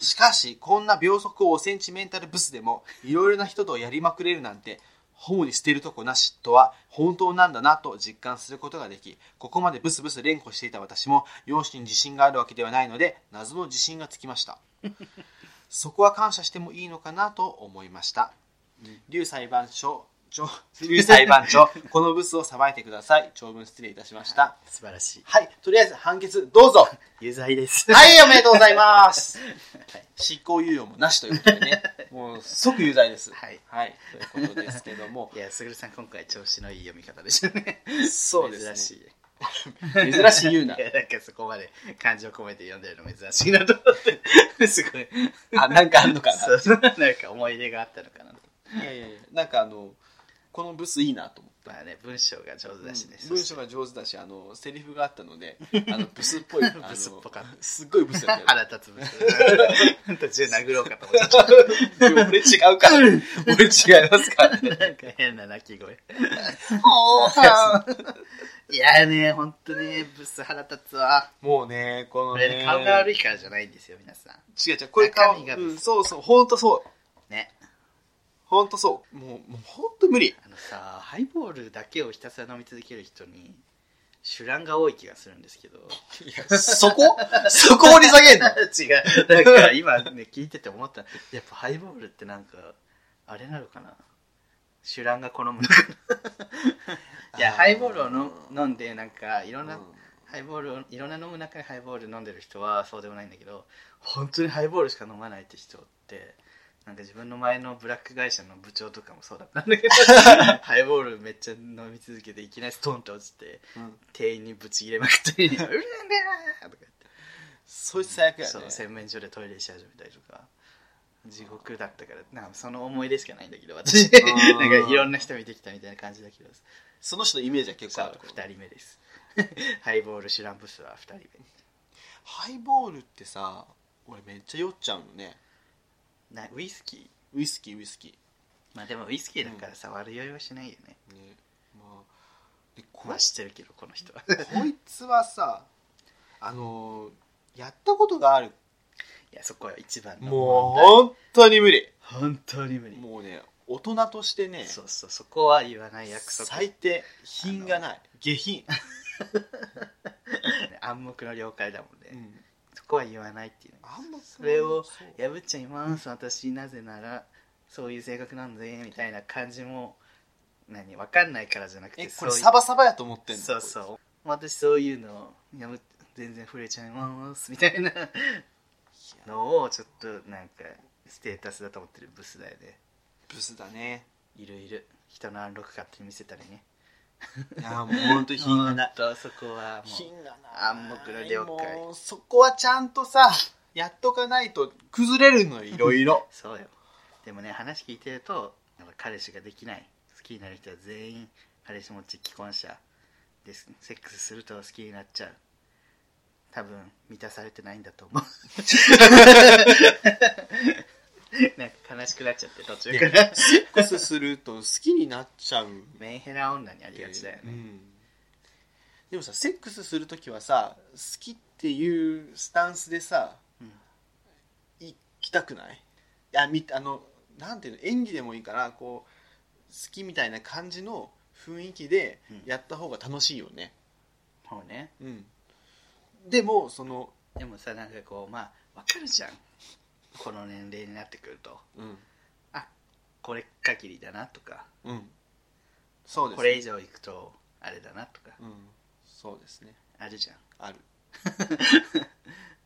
しかしこんな秒速をおセンチメンタルブスでもいろいろな人とやりまくれるなんてホモに捨てるとこなしとは本当なんだなと実感することができここまでブスブス連呼していた私も容姿に自信があるわけではないので謎の自信がつきま したそこは感謝してもいいのかなと思いました。劉裁判所、ちょ 劉裁判所、このブスをさばいてください。長文失礼いたしました。
素晴らしい
はい、とりあえず判決どうぞ。
有罪です
はい、おめでとうございます。 執行猶予もなしということで ね、もう即有罪です。
はい
はい、ということですけども
い、やすぐるさん今回調子のいい読み方でしたね
そうですね。
珍しい。
珍しい言う ない
やなんかそこまで感情込めて読んでるの珍しいなと思って すごい
あ、なんかあんのかな。
そう なんか思い出があったのかなと
いやいやいや、なんかあの、このブスいいなと思って。
まあね文章が上手だし
う
ね、
ん
そ
文
して
章が上手だしあのセリフがあったの であのブスっぽいあの
ブスっぽかった
すっごいブスだったよ
腹立つ文章 ほんと銃殴ろうかと思っちゃった
でも俺違うから 俺違います からね
なんか変な泣き声。いやね、ほんとね、ブス腹立つわ。
もうねこの
こ
ね
れね、顔が悪いからじゃないんですよ、皆さん。
違う違うこういう顔、
中身が
うん、そうそうほんとそう
ね。
ほんとそうもうもうほんと無理
あのさ、ハイボールだけをひたすら飲み続ける人に、手乱が多い気がするんですけど。
そこそこ掘り下げんの
違う。だから今ね、聞いてて思った。やっぱハイボールってなんか、あれなのかな手乱が好むのかないや、
あー
ハイボールをの飲んで、なんか、いろんな、
うん
ハイボールをいろんな飲む中でハイボール飲んでる人はそうでもないんだけど本当にハイボールしか飲まないって人ってなんか自分の前のブラック会社の部長とかもそうだったん だけどハイボールめっちゃ飲み続けていきなりストンと落ちて
うん
店員にぶち切れまく って「うるせえな!」とか言って
そいつ最悪やね
そう洗面所でトイレし始めたりとか地獄だったからなんかその思い出しかないんだけど私なん
ー
かいろんな人見てきたみたいな感じだけど
その人のイメージは結構あ
さ
る
あ2人目です ハイボールシュランプスは2人目
ハイボールってさ俺めっちゃ酔っちゃうのね
なウイスキー
ウイスキーウイスキー
まあでもウイスキーだからさ、悪酔いはしないよね
ねまあでこ
まあ知ってるけどこの人は
こいつはさあのーやったことがある
いやそこは一番の
もう本当に無理
う本当に無理
もうね大人としてね
そうそうそこは言わない約束
最低品がない下品、
暗黙の了解だもんね、
うん
そこは言わないっていうの
あんま
それを
そう
破っちゃいます私なぜならそういう性格なんでみたいな感じも何わかんないからじゃなくて
えこれ
そういう
サバサバやと思ってんの
そうそう私そういうのやむ全然触れちゃいますみたいなのをちょっとなんかステータスだと思ってるブスだよね
ブスだね
いるいる人の安禄かって見せたりね
いやもう本当に品がない
ほんとそこはもう
品がない
暗黙の了解
もうそこはちゃんとさやっとかないと崩れるのよいろい ろ
そうよでもね話聞いてるとなんか彼氏ができない好きになる人は全員彼氏持ち既婚者ですセックスすると好きになっちゃう多分満たされてないんだと思うなんか悲しくなっちゃって途中から
セックスすると好きになっちゃう
メンヘラ女にありがちだよ
う
ね
んでもさセックスする時はさ好きっていうスタンスでさ、
うん
行きたくないいやみあのなんていうの演技でもいいからこう好きみたいな感じの雰囲気で
うん
やった方が楽しいよね、
もうね
うんでもその、
でもさなんかこうまあわかるじゃんこの年齢になってくると
うん
これ限りだなとか、
うん、そうですね
これ以上いくとあれだなとか
うん、そうですね
あるじゃん
ある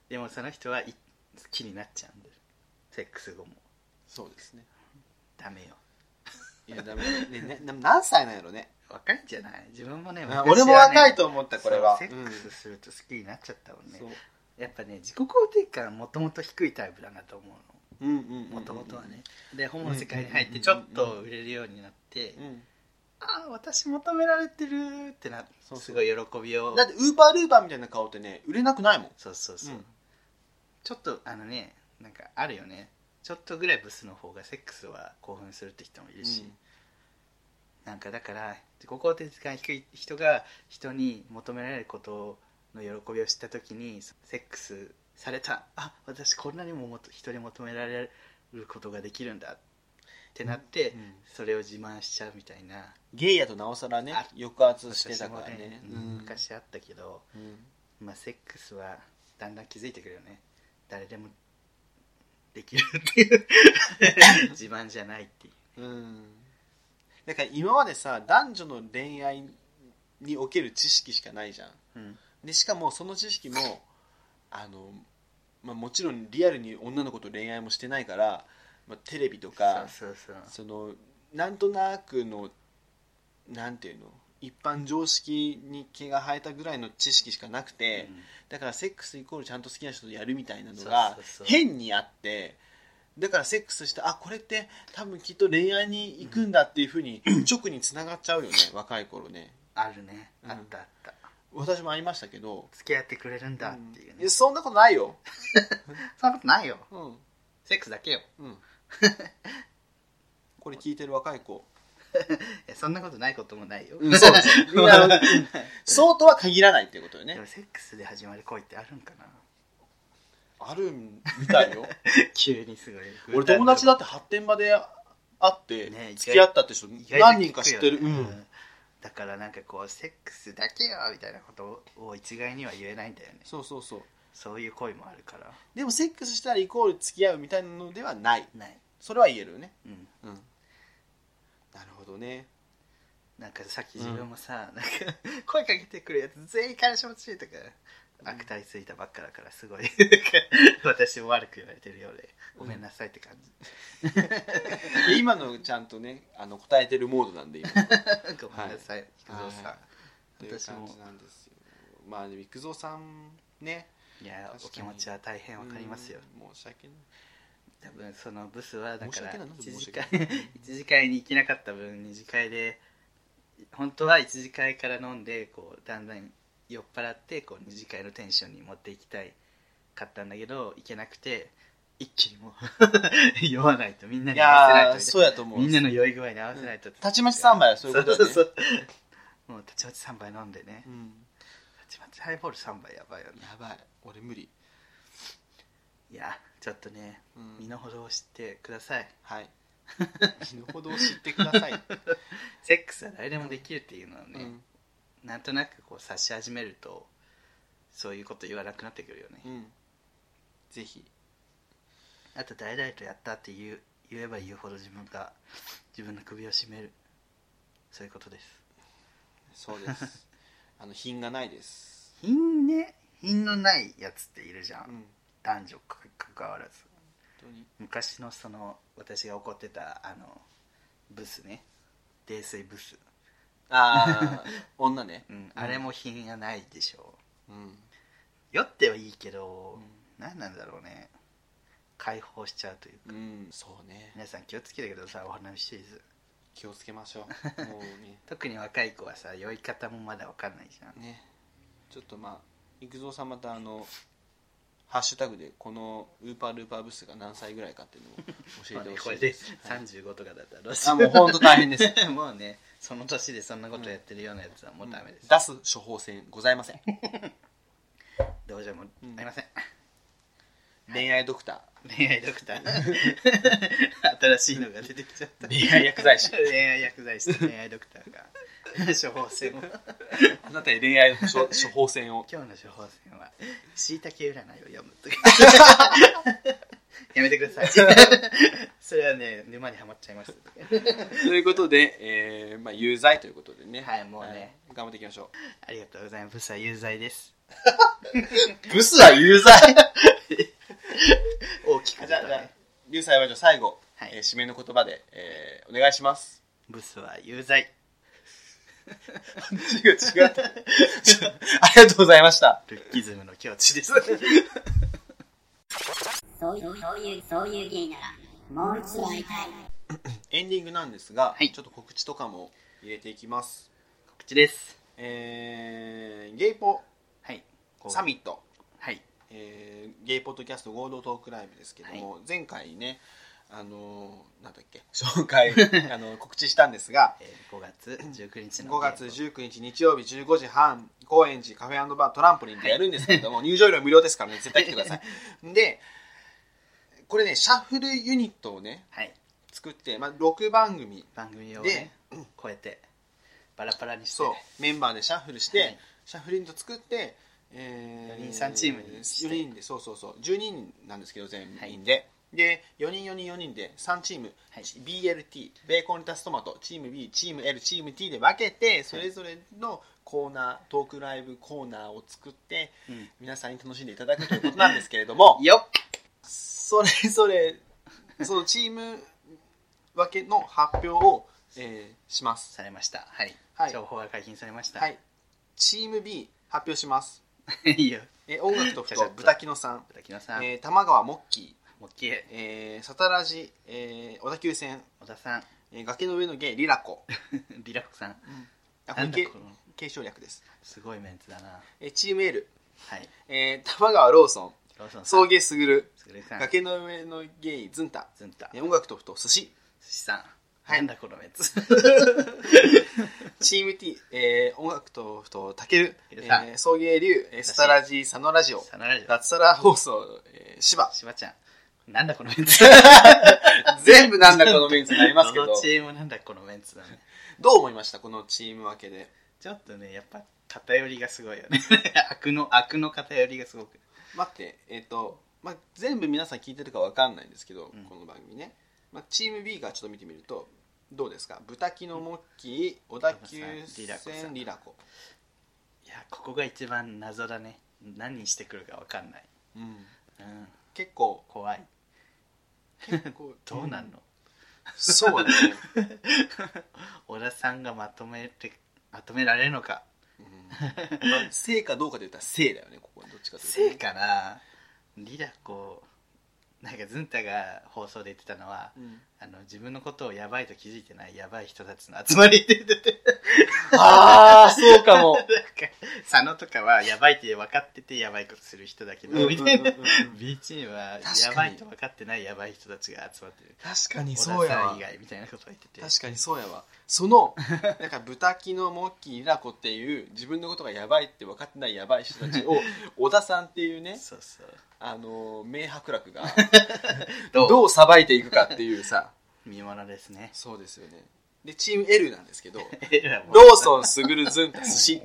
でもその人はい好きになっちゃうんだよセックス後も
そうですね
ダメよ
いやダメねねでも何歳なんやろね
若いんじゃない自分もね
あ俺も若い
と
と思ったこれは
セック
うん
スすると好きになっちゃったもんね、
そう
やっぱね自己肯定感もともと低いタイプだなと思う
うんうん
のもともとはね、
ね
でホモの世界に入ってちょっと売れるようになって、ああ私求められてるってな
そうそう
すごい喜びを
だってウーパールーパーみたいな顔ってね売れなくないもん
そうそうそう、
うん
ちょっとあのねなんかあるよねちょっとぐらいブスの方がセックスは興奮するって人もいるし、
うん
なんかだから自己肯定感低い人が人に求められることの喜びを知った時にセックスされたあ私こんなにももっと人に求められることができるんだってなって、
うん
それを自慢しちゃうみたいな
ゲイやとなおさらね
あ
抑圧してたからね
私も
うん
昔あったけど、
うん
まあ、セックスはだんだん気づいてくるよね誰でもできるっていう 自慢じゃないっていう
うんだから今までさ男女の恋愛における知識しかないじゃん
うん
でしかもその知識もあの、まあ、もちろんリアルに女の子と恋愛もしてないから、まあ、テレビとか
そうそうそう
そのなんとなくのなんていうの一般常識に毛が生えたぐらいの知識しかなくて、だからセックスイコールちゃんと好きな人とやるみたいなのが
そうそうそう
変にあってだからセックスしてあこれって多分きっと恋愛に行くんだっていうふう に直につながっちゃうよね若い頃ね
あるね
うん
あったあった、
私もありましたけど、
付き合ってくれるんだっていうね、
いやそんなことないよ、
そんなことないよ
うん、
セックスだけよ
うん、これ聞いてる若い子、
いやそんなことないこともないよ、
そうですみんなそうとは限らないっていうことよ
で
ね
もセックスで始まる恋ってあるんかな
あるみたいよ
急にすごい
俺友達だって発展場で会って
ね意外
付き合ったって人
意外と聞くよね
何人か知ってる、うん
だからなんかこうセックスだけよみたいなことを一概には言えないんだよね
そうそうそう
そういう恋もあるから
でもセックスしたらイコール付き合うみたいなのではない
ない、
それは言えるよね
うん、
うんなるほどね
なんかさっき自分もさ、なんか声かけてくるやつ全員彼氏欲しいとか悪態ついたばっかだからすごい私も悪く言われてるようでごめんなさいって感じ、
で今のちゃんとねあの答えてるモードなん で今
ごめんなさい菊蔵さん、
はという感じなんですよまあでも育三さんね
い、や
確かに
お気持ちは大変わかりますよ、
うん申し訳ない
多分そのブスはだ
申し
から
訳ないな
1
申し
次
訳
会
ない
一次会に行けなかった分2次会で本当は1次会から飲んでこうだんだん酔っ払ってこう2次会のテンションに持っていきたいかったんだけど行けなくて一気にもう 酔わないとみんなに
い
合わせない
やー
とみたい
そうやと思
な
う
みんなの酔い具合に合わせないと
たちまち3杯はそういうことだよね
そうそうそうもうたちまち3杯飲んでね
うん
たちまちハイボール3杯やばいよね
やばい俺無理
いやちょっとね
うん
身の程を知ってください
はい 身の程を知ってください、
セックスは誰でもできるっていうのはね、
うん
なんとなくこう察し始めるとそういうこと言わなくなってくるよね、
うん、ぜひ
あと誰々とやったって言う言えば言うほど自分が自分の首を絞めるそういうことです
そうです あの品がないです、
品ね品のないやつっているじゃん、
うん、本
男女か関わらず
当に
昔のその私が怒ってたあのブスね泥酔ブス
ああ女ね
うん、あれも品がないでしょ
うん
う酔ってはいいけど、何なんだろうね解放しちゃうというか
うんそうね
皆さん気をつけてくださいお花見シリーズ
気をつけましょうもうね
特に若い子はさ酔い方もまだ分かんないじゃん
ねちょっとまあ育三さんまたあのハッシュタグでこのウーパールーパーブスが何歳ぐらいかっていうのを教
まあ
えて
ね
ほし
これ
い
で
です、
35とかだったらどうし
あもう本当大変です
よう もうねその年でそんなことやってるようなやつはもうダメです
出す処方箋ございませ ん
どうしようもあ
うん
りません
恋愛ドクタ
恋愛ドクター新しいのが出てきちゃった
ー恋愛薬剤 師
恋愛薬剤師と恋愛ドクターが処方箋を
あなたに恋愛の処処方箋を
今日の処方箋はしいたけ占いを読むという やめてくださいそれはね沼にはまっちゃいます
ということで、えーまあ、有罪ということでね
はいもうね、
はい頑張っていきましょ
ありがとうございますは有罪です
うブスは有罪
大きく
じ
言
ゃ
う
あ
と
じゃあ
ね
竜裁判長最後、
はい
えー締めの言葉で、えーお願いします
ブスは有罪
違う違う ありがとうございました
ルッキズムの境地です
そういう、そういう、そういう芸なら、もう一度会いたい。
エンディングなんですが、
はい
ちょっと告知とかも入れていきます
告知です
えーゲイポ
はい
サミット、
はい
えーゲイポッドキャスト合同トークライブですけども、前回ねあのーなんだっけ 紹介あの告知したんです が
えー5月19日の
5月19日日曜日15時半高円寺カフェバートランポリンでやるんですけれ ども、入場料無料ですからね絶対来てください でこれねシャッフルユニットをね
はい
作って、まあ、6番組
番組をね超えてバラバラにして
そうメンバーでシャッフルして、
はい
シャッフルユニット作って、え
四人三チームにして
4人でそうそうそう10人なんですけど全員で、で4人4人4人で3チーム、
はい
BLT ベーコンレタストマトチーム B チーム L チーム T で分けてそれぞれのコーナー、トークライブコーナーを作って、
うん
皆さんに楽しんでいただくということなんですけれど も
よっ
それぞれそのチーム分けの発表を、えーします
されましたはい、
はい
情報が解禁されました
は、い、チーム B 発表します。
い いよ
え音楽とふ
ちょ
と
っと
豚木野さん、
豚木野さん、
えー玉川モッキ
モッキー
ー、えーサタラジ、えー小田急線、
小田さん
えー崖の上のゲイリラコ、
リラックさん
あこ
な
れ
んだ
け
この
継承略です。
すごいメンツだな
えーチーム L、
はい
えー玉川ローソン、
ローソンさん
送迎すぐる、
すぐるさん
崖の上のゲイズンタ、
ずんた
えー音楽とふと寿 司、
寿司さん、
はい
なんだこのメンツ
チーム T、えー音楽とふとたける、え
いるさ
ー送迎龍、えーサタラジ、佐野ラジオ、
さならじ
脱サラ放送、えー芝、
しばちゃんなんだこのメンツ
全部なんだこのメンツになりますけど
どのチームなんだこのメンツだね
どう思いましたこのチーム分けで。
ちょっとねやっぱ偏りがすごいよね 悪の悪の偏りがすごく
待って、えっ、と、まあ、全部皆さん聞いてるかわかんないんですけど、
うん
この番組ね。まあ、チーム B がちょっと見てみると、どうですか豚木のモッキー、小田急
リラコさ
線
ん
リラコ。
いやここが一番謎だね何してくるかわかんない、
うん、
うん、
結構、
怖い
結構
どうなんの、
そうね。
小田さんがまとめてまとめられるのか
うんまあ成かどうかで言ったら成だよね、ここはどっちかというと。
せいかなリラコなんかズンタが放送で言ってたのは、
うん
あの自分のことをやばいと気づいてないやばい人たちの集まりって言ってて
ああ、そうかも
なん。か佐野とかはやばいって分かっててやばいことする人だけどみたいな
うんうんうんうん
B チームはや
確かに
ばいと分かってないやばい人たちが集まってる
確かに
小
そう
田
や
さ
わ
ん以。外みたいなことを言ってて
確かにそうやわその なんか豚木のモッキーリラコっていう自分のことがやばいって分かってないやばい人たち を小田さんっていうね
そうそう
あのー名伯楽が
どう
どうさばいていくかっていうさ
見ものですね
そうですよねでチーム L なんですけど
えらいもん
ローソンすぐるずんた寿司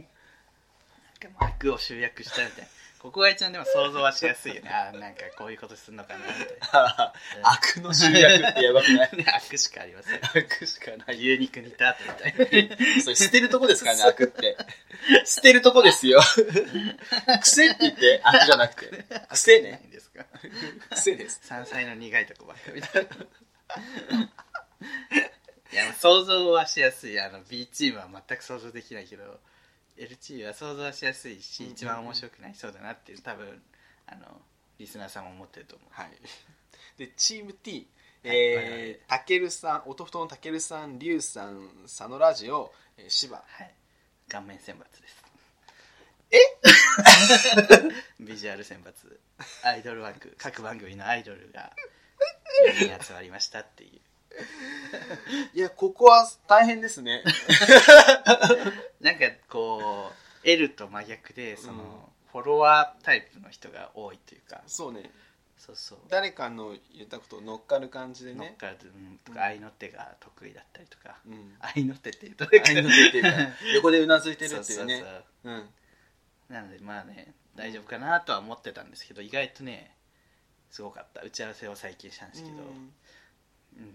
なんかもう悪を集約したみたいなここが一番でも想像はしやすいよねあーなんかこういうことするのかなみたい
あー悪の集約ってやばくない
なね悪しかありません
悪しかない
牛肉煮た後みた いな
それ捨てるとこですからね悪って捨てるとこです よ癖って言って悪じゃなくて癖
な
ね
いんですか
癖です
山菜の苦いとこばっかりみたいないや想像はしやすいあの B チームは全く想像できないけど L チームは想像はしやすいし、
うん
一番面白くないそうだなっていう多分あのリスナーさんも思ってると思う
はい、でチーム T
はい
えーたけるさん弟のたけるさんりゅうさん佐野ラジオ、えー、芝
はい顔面選抜ですえ ビジュアル選抜アイドル枠各番組のアイドルが4人集まりましたっていう
いやここは大変ですね
なんかこう L と真逆でその、フォロワータイプの人が多いというか
そうね
そうそう
誰かの言ったことを乗っかる感じで
乗っ
ね
かるとか合いの手が得意だったりとか
うん
合いの手ってどれか
相乗りっていう か横でうなずいてるっていうね
そうそうそう
うん
なのでまあね大丈夫かなとは思ってたんですけど意外とねすごかった打ち合わせを最近したんですけど、うん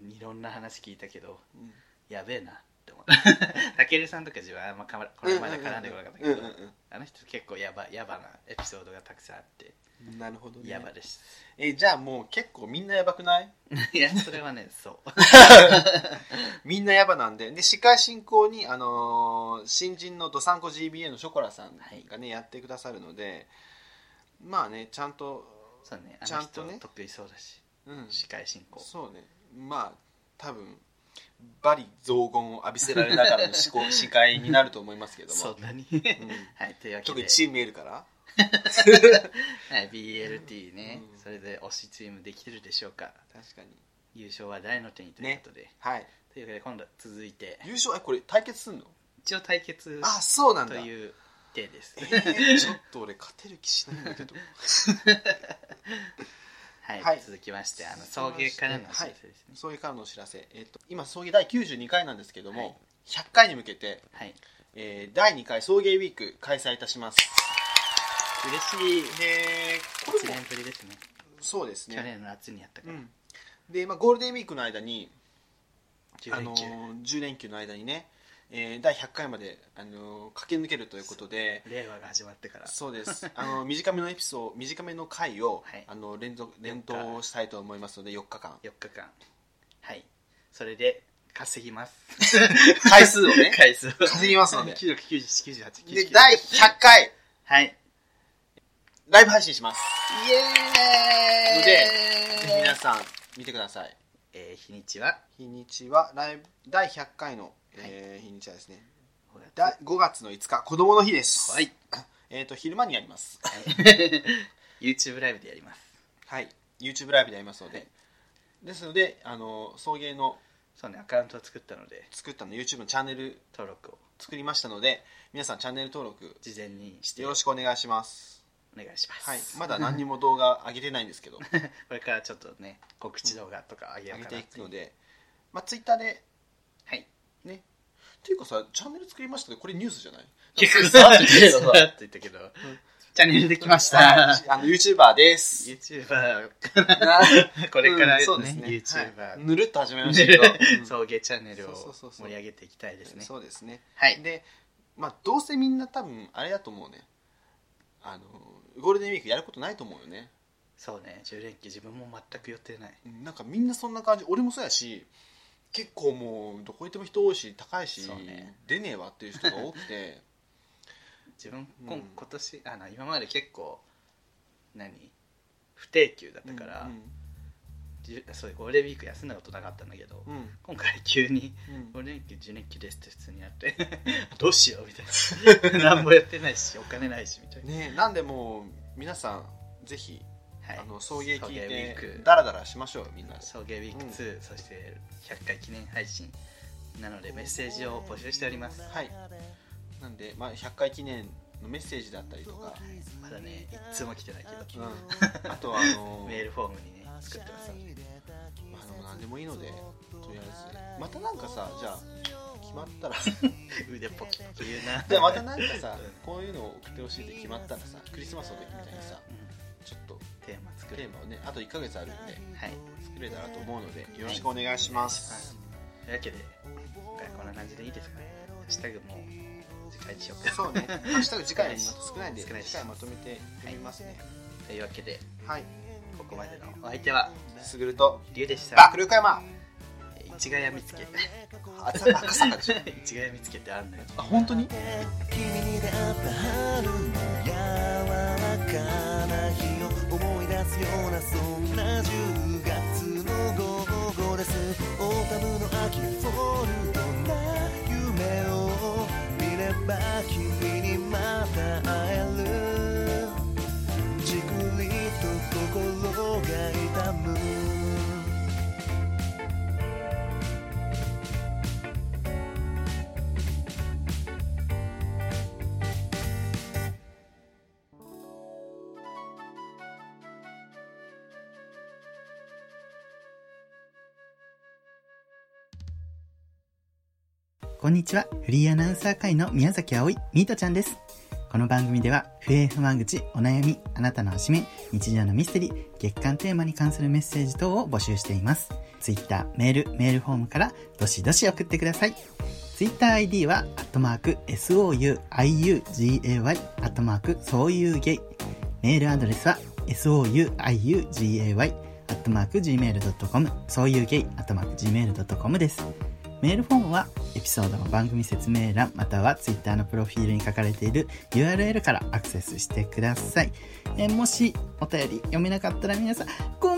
いろんな話聞いたけど
うん
やべえなって 思ったたけるさんとか自分はあんまかまこれまで絡んでこなかったけど、
うんうんうん
あの人結構やばやばなエピソードがたくさんあって
うんなるほどね
やばです、
えじゃあもう結構みんなやばくない
いやそれ はねそう
みんなやばなんでで司会進行に、あのー新人のどさんこ GBA のショコラさんがね、やってくださるのでまあねちゃんと、
そうね
ち
あ
ゃ
の
んと
人
ね
得意そうだし、
うん、
司会進行
そうねまあ多分バリ雑言を浴びせられながらの 司行司会になると思いますけども
そんなに、
うん
はいというわけ
特に
で、
チーム見えるから
はい、BLT ね、
うん
それで推しチームできてるでしょうか
確かに
優勝は誰の手にということで、
はい
というわけで今度は続いて
優勝えこれ対決すんの
一応対決
あそうなん
と
だ
いう手です
えーちょっと俺勝てる気しないんだけど
はい、
はい
続きましてあの送迎からのお知らせですね
そういうからのお知らせ、えっと今送迎第92回なんですけども、
はい
100回に向けて、
はい、
えー第2回送迎ウィーク開催いたします
嬉しい
でこ
1
れも
年ぶりですね
そうです
去
ね、
年の夏にやったか
う
ら、
ん、で、まあ、ゴールデンウィークの間に
10
あの
連休、
ー10連休の間にね、えー第100回まで、あのー駆け抜けるということで
令和が始まってから
そう ですあの短めのエピソード短めの回を、
はい
あの連続連投したいと思いますので4日間
4日間はいそれで稼ぎます
回数をね
回数を
稼ぎますので
96、97、98、99
で第100回
はい
ライブ配信します
イエーイ
のでぜひ皆さん見てください
えー日にちは
日にちはライブ第100回の、えー日にちはですね
5月
だ5月の5日子供の日です
はい、
えっ、と昼間にやります
はい YouTube ライブでやります
はい YouTube ライブでやりますので、
はい
ですのであの送迎の
そうねアカウントを作ったので
作ったの YouTube のチャンネル
登録を
作りましたので皆さんチャンネル登録
事前にして
よろ
お
しくお願いします
願いしま す、
はいまだ何にも動画上げてないんですけ ど
これからちょっとね告知動画とかあげよ
上げ
うか
て
ないって
く
いう
ので、まあ、Twitter で
はい
ねっていうかさチャンネル作りましたでこれニュースじゃない
結構さって言ったけど、チャンネルできまし
は
た
いあの YouTuber です
YouTuber
な
これから
う
ね、
んそうですね
YouTuber、
はいぬるっと始めましたけど、 うん
送迎チャンネルを
そうそうそうそう
盛り上げていきたいですね
そうですね
はい
でまあどうせみんな多分あれだと思うねあのゴールデンウィークやることないと思うよね
そうね10連休自分も全く予定ない
うんなんかみんなそんな感じ俺もそうやし結構もうどこ行っても人多いし高いし、
そうね
出ねえわっていう人が多くて
自分、
うん
今今年あの今まで結構何不定休 だったから、じゅそういうゴールデンウィーク休んだことなかったんだけど、
うんうん
今回急に
うん
ゴールデンウィーク10連休ですって普通にやって どうしようみたいな何もやってないしお金ないしみたいな、
ねえなんでもう皆さんぜひ、
はい、
あの送迎
送
聞い
迎ウィー
て
ク
ダラダラしましょうみんなで
送迎ウィーク2、そして100回記念配信なのでメッセージを募集しております
はいなんで、まあ、100回記念のメッセージだったりとか、
まだねいつも来てないけど、
うん、あとはあの
メールフォームにね作ってますので
まあ、でも何でもいいのでとりあえずまたなんかさじゃあ決ま ったら
腕ポキポキ言う な
じゃあまたなんかさこういうのを送ってほしいって決まったらさクリスマスの時みたいにさ
うん
ちょっと
テーマ作
テ
る
ーマをねあと1ヶ月あるんで
はい
作れたらと思うのでよろしくお願いします、
というわけで今回こんな感じでいいですかねハッシュタグも次回にしようか
そう ね、ハッシュタグ次回また少ないんで、
少ないし
次回まとめて読みますね。
というわけで
はい、
ここまでのお相手は
すぐると、
リュウでした
バックル岡山
えー市ヶ谷見つけ
あ赤坂赤坂でしょ
市ヶ谷見つけってあるのよ
あ本当に
君に出会った春の柔らかな日を思い出すようなそんな10月の午後ですオータムの秋フォルトな夢を見れば君にまた会えるじくりと心が痛む
こんにちは。フリーアナウンサー会の宮崎葵、ミートちゃんです。この番組では、不平不満口、お悩み、あなたのおしめ、日常のミステリー、月間テーマに関するメッセージ等を募集しています。ツイッター、メール、メールフォームから、どしどし送ってください。ツイッター ID は、アットマーク、souiugay、アットマーク、そういうゲイ。メールアドレスは、souiugay、アットマーク、gmail.com、そういうゲイ、アットマーク、gmail.com です。メールフォームはエピソードの番組説明欄または Twitter のプロフィールに書かれている URL からアクセスしてください。えーもしお便り読めなかったら皆さんご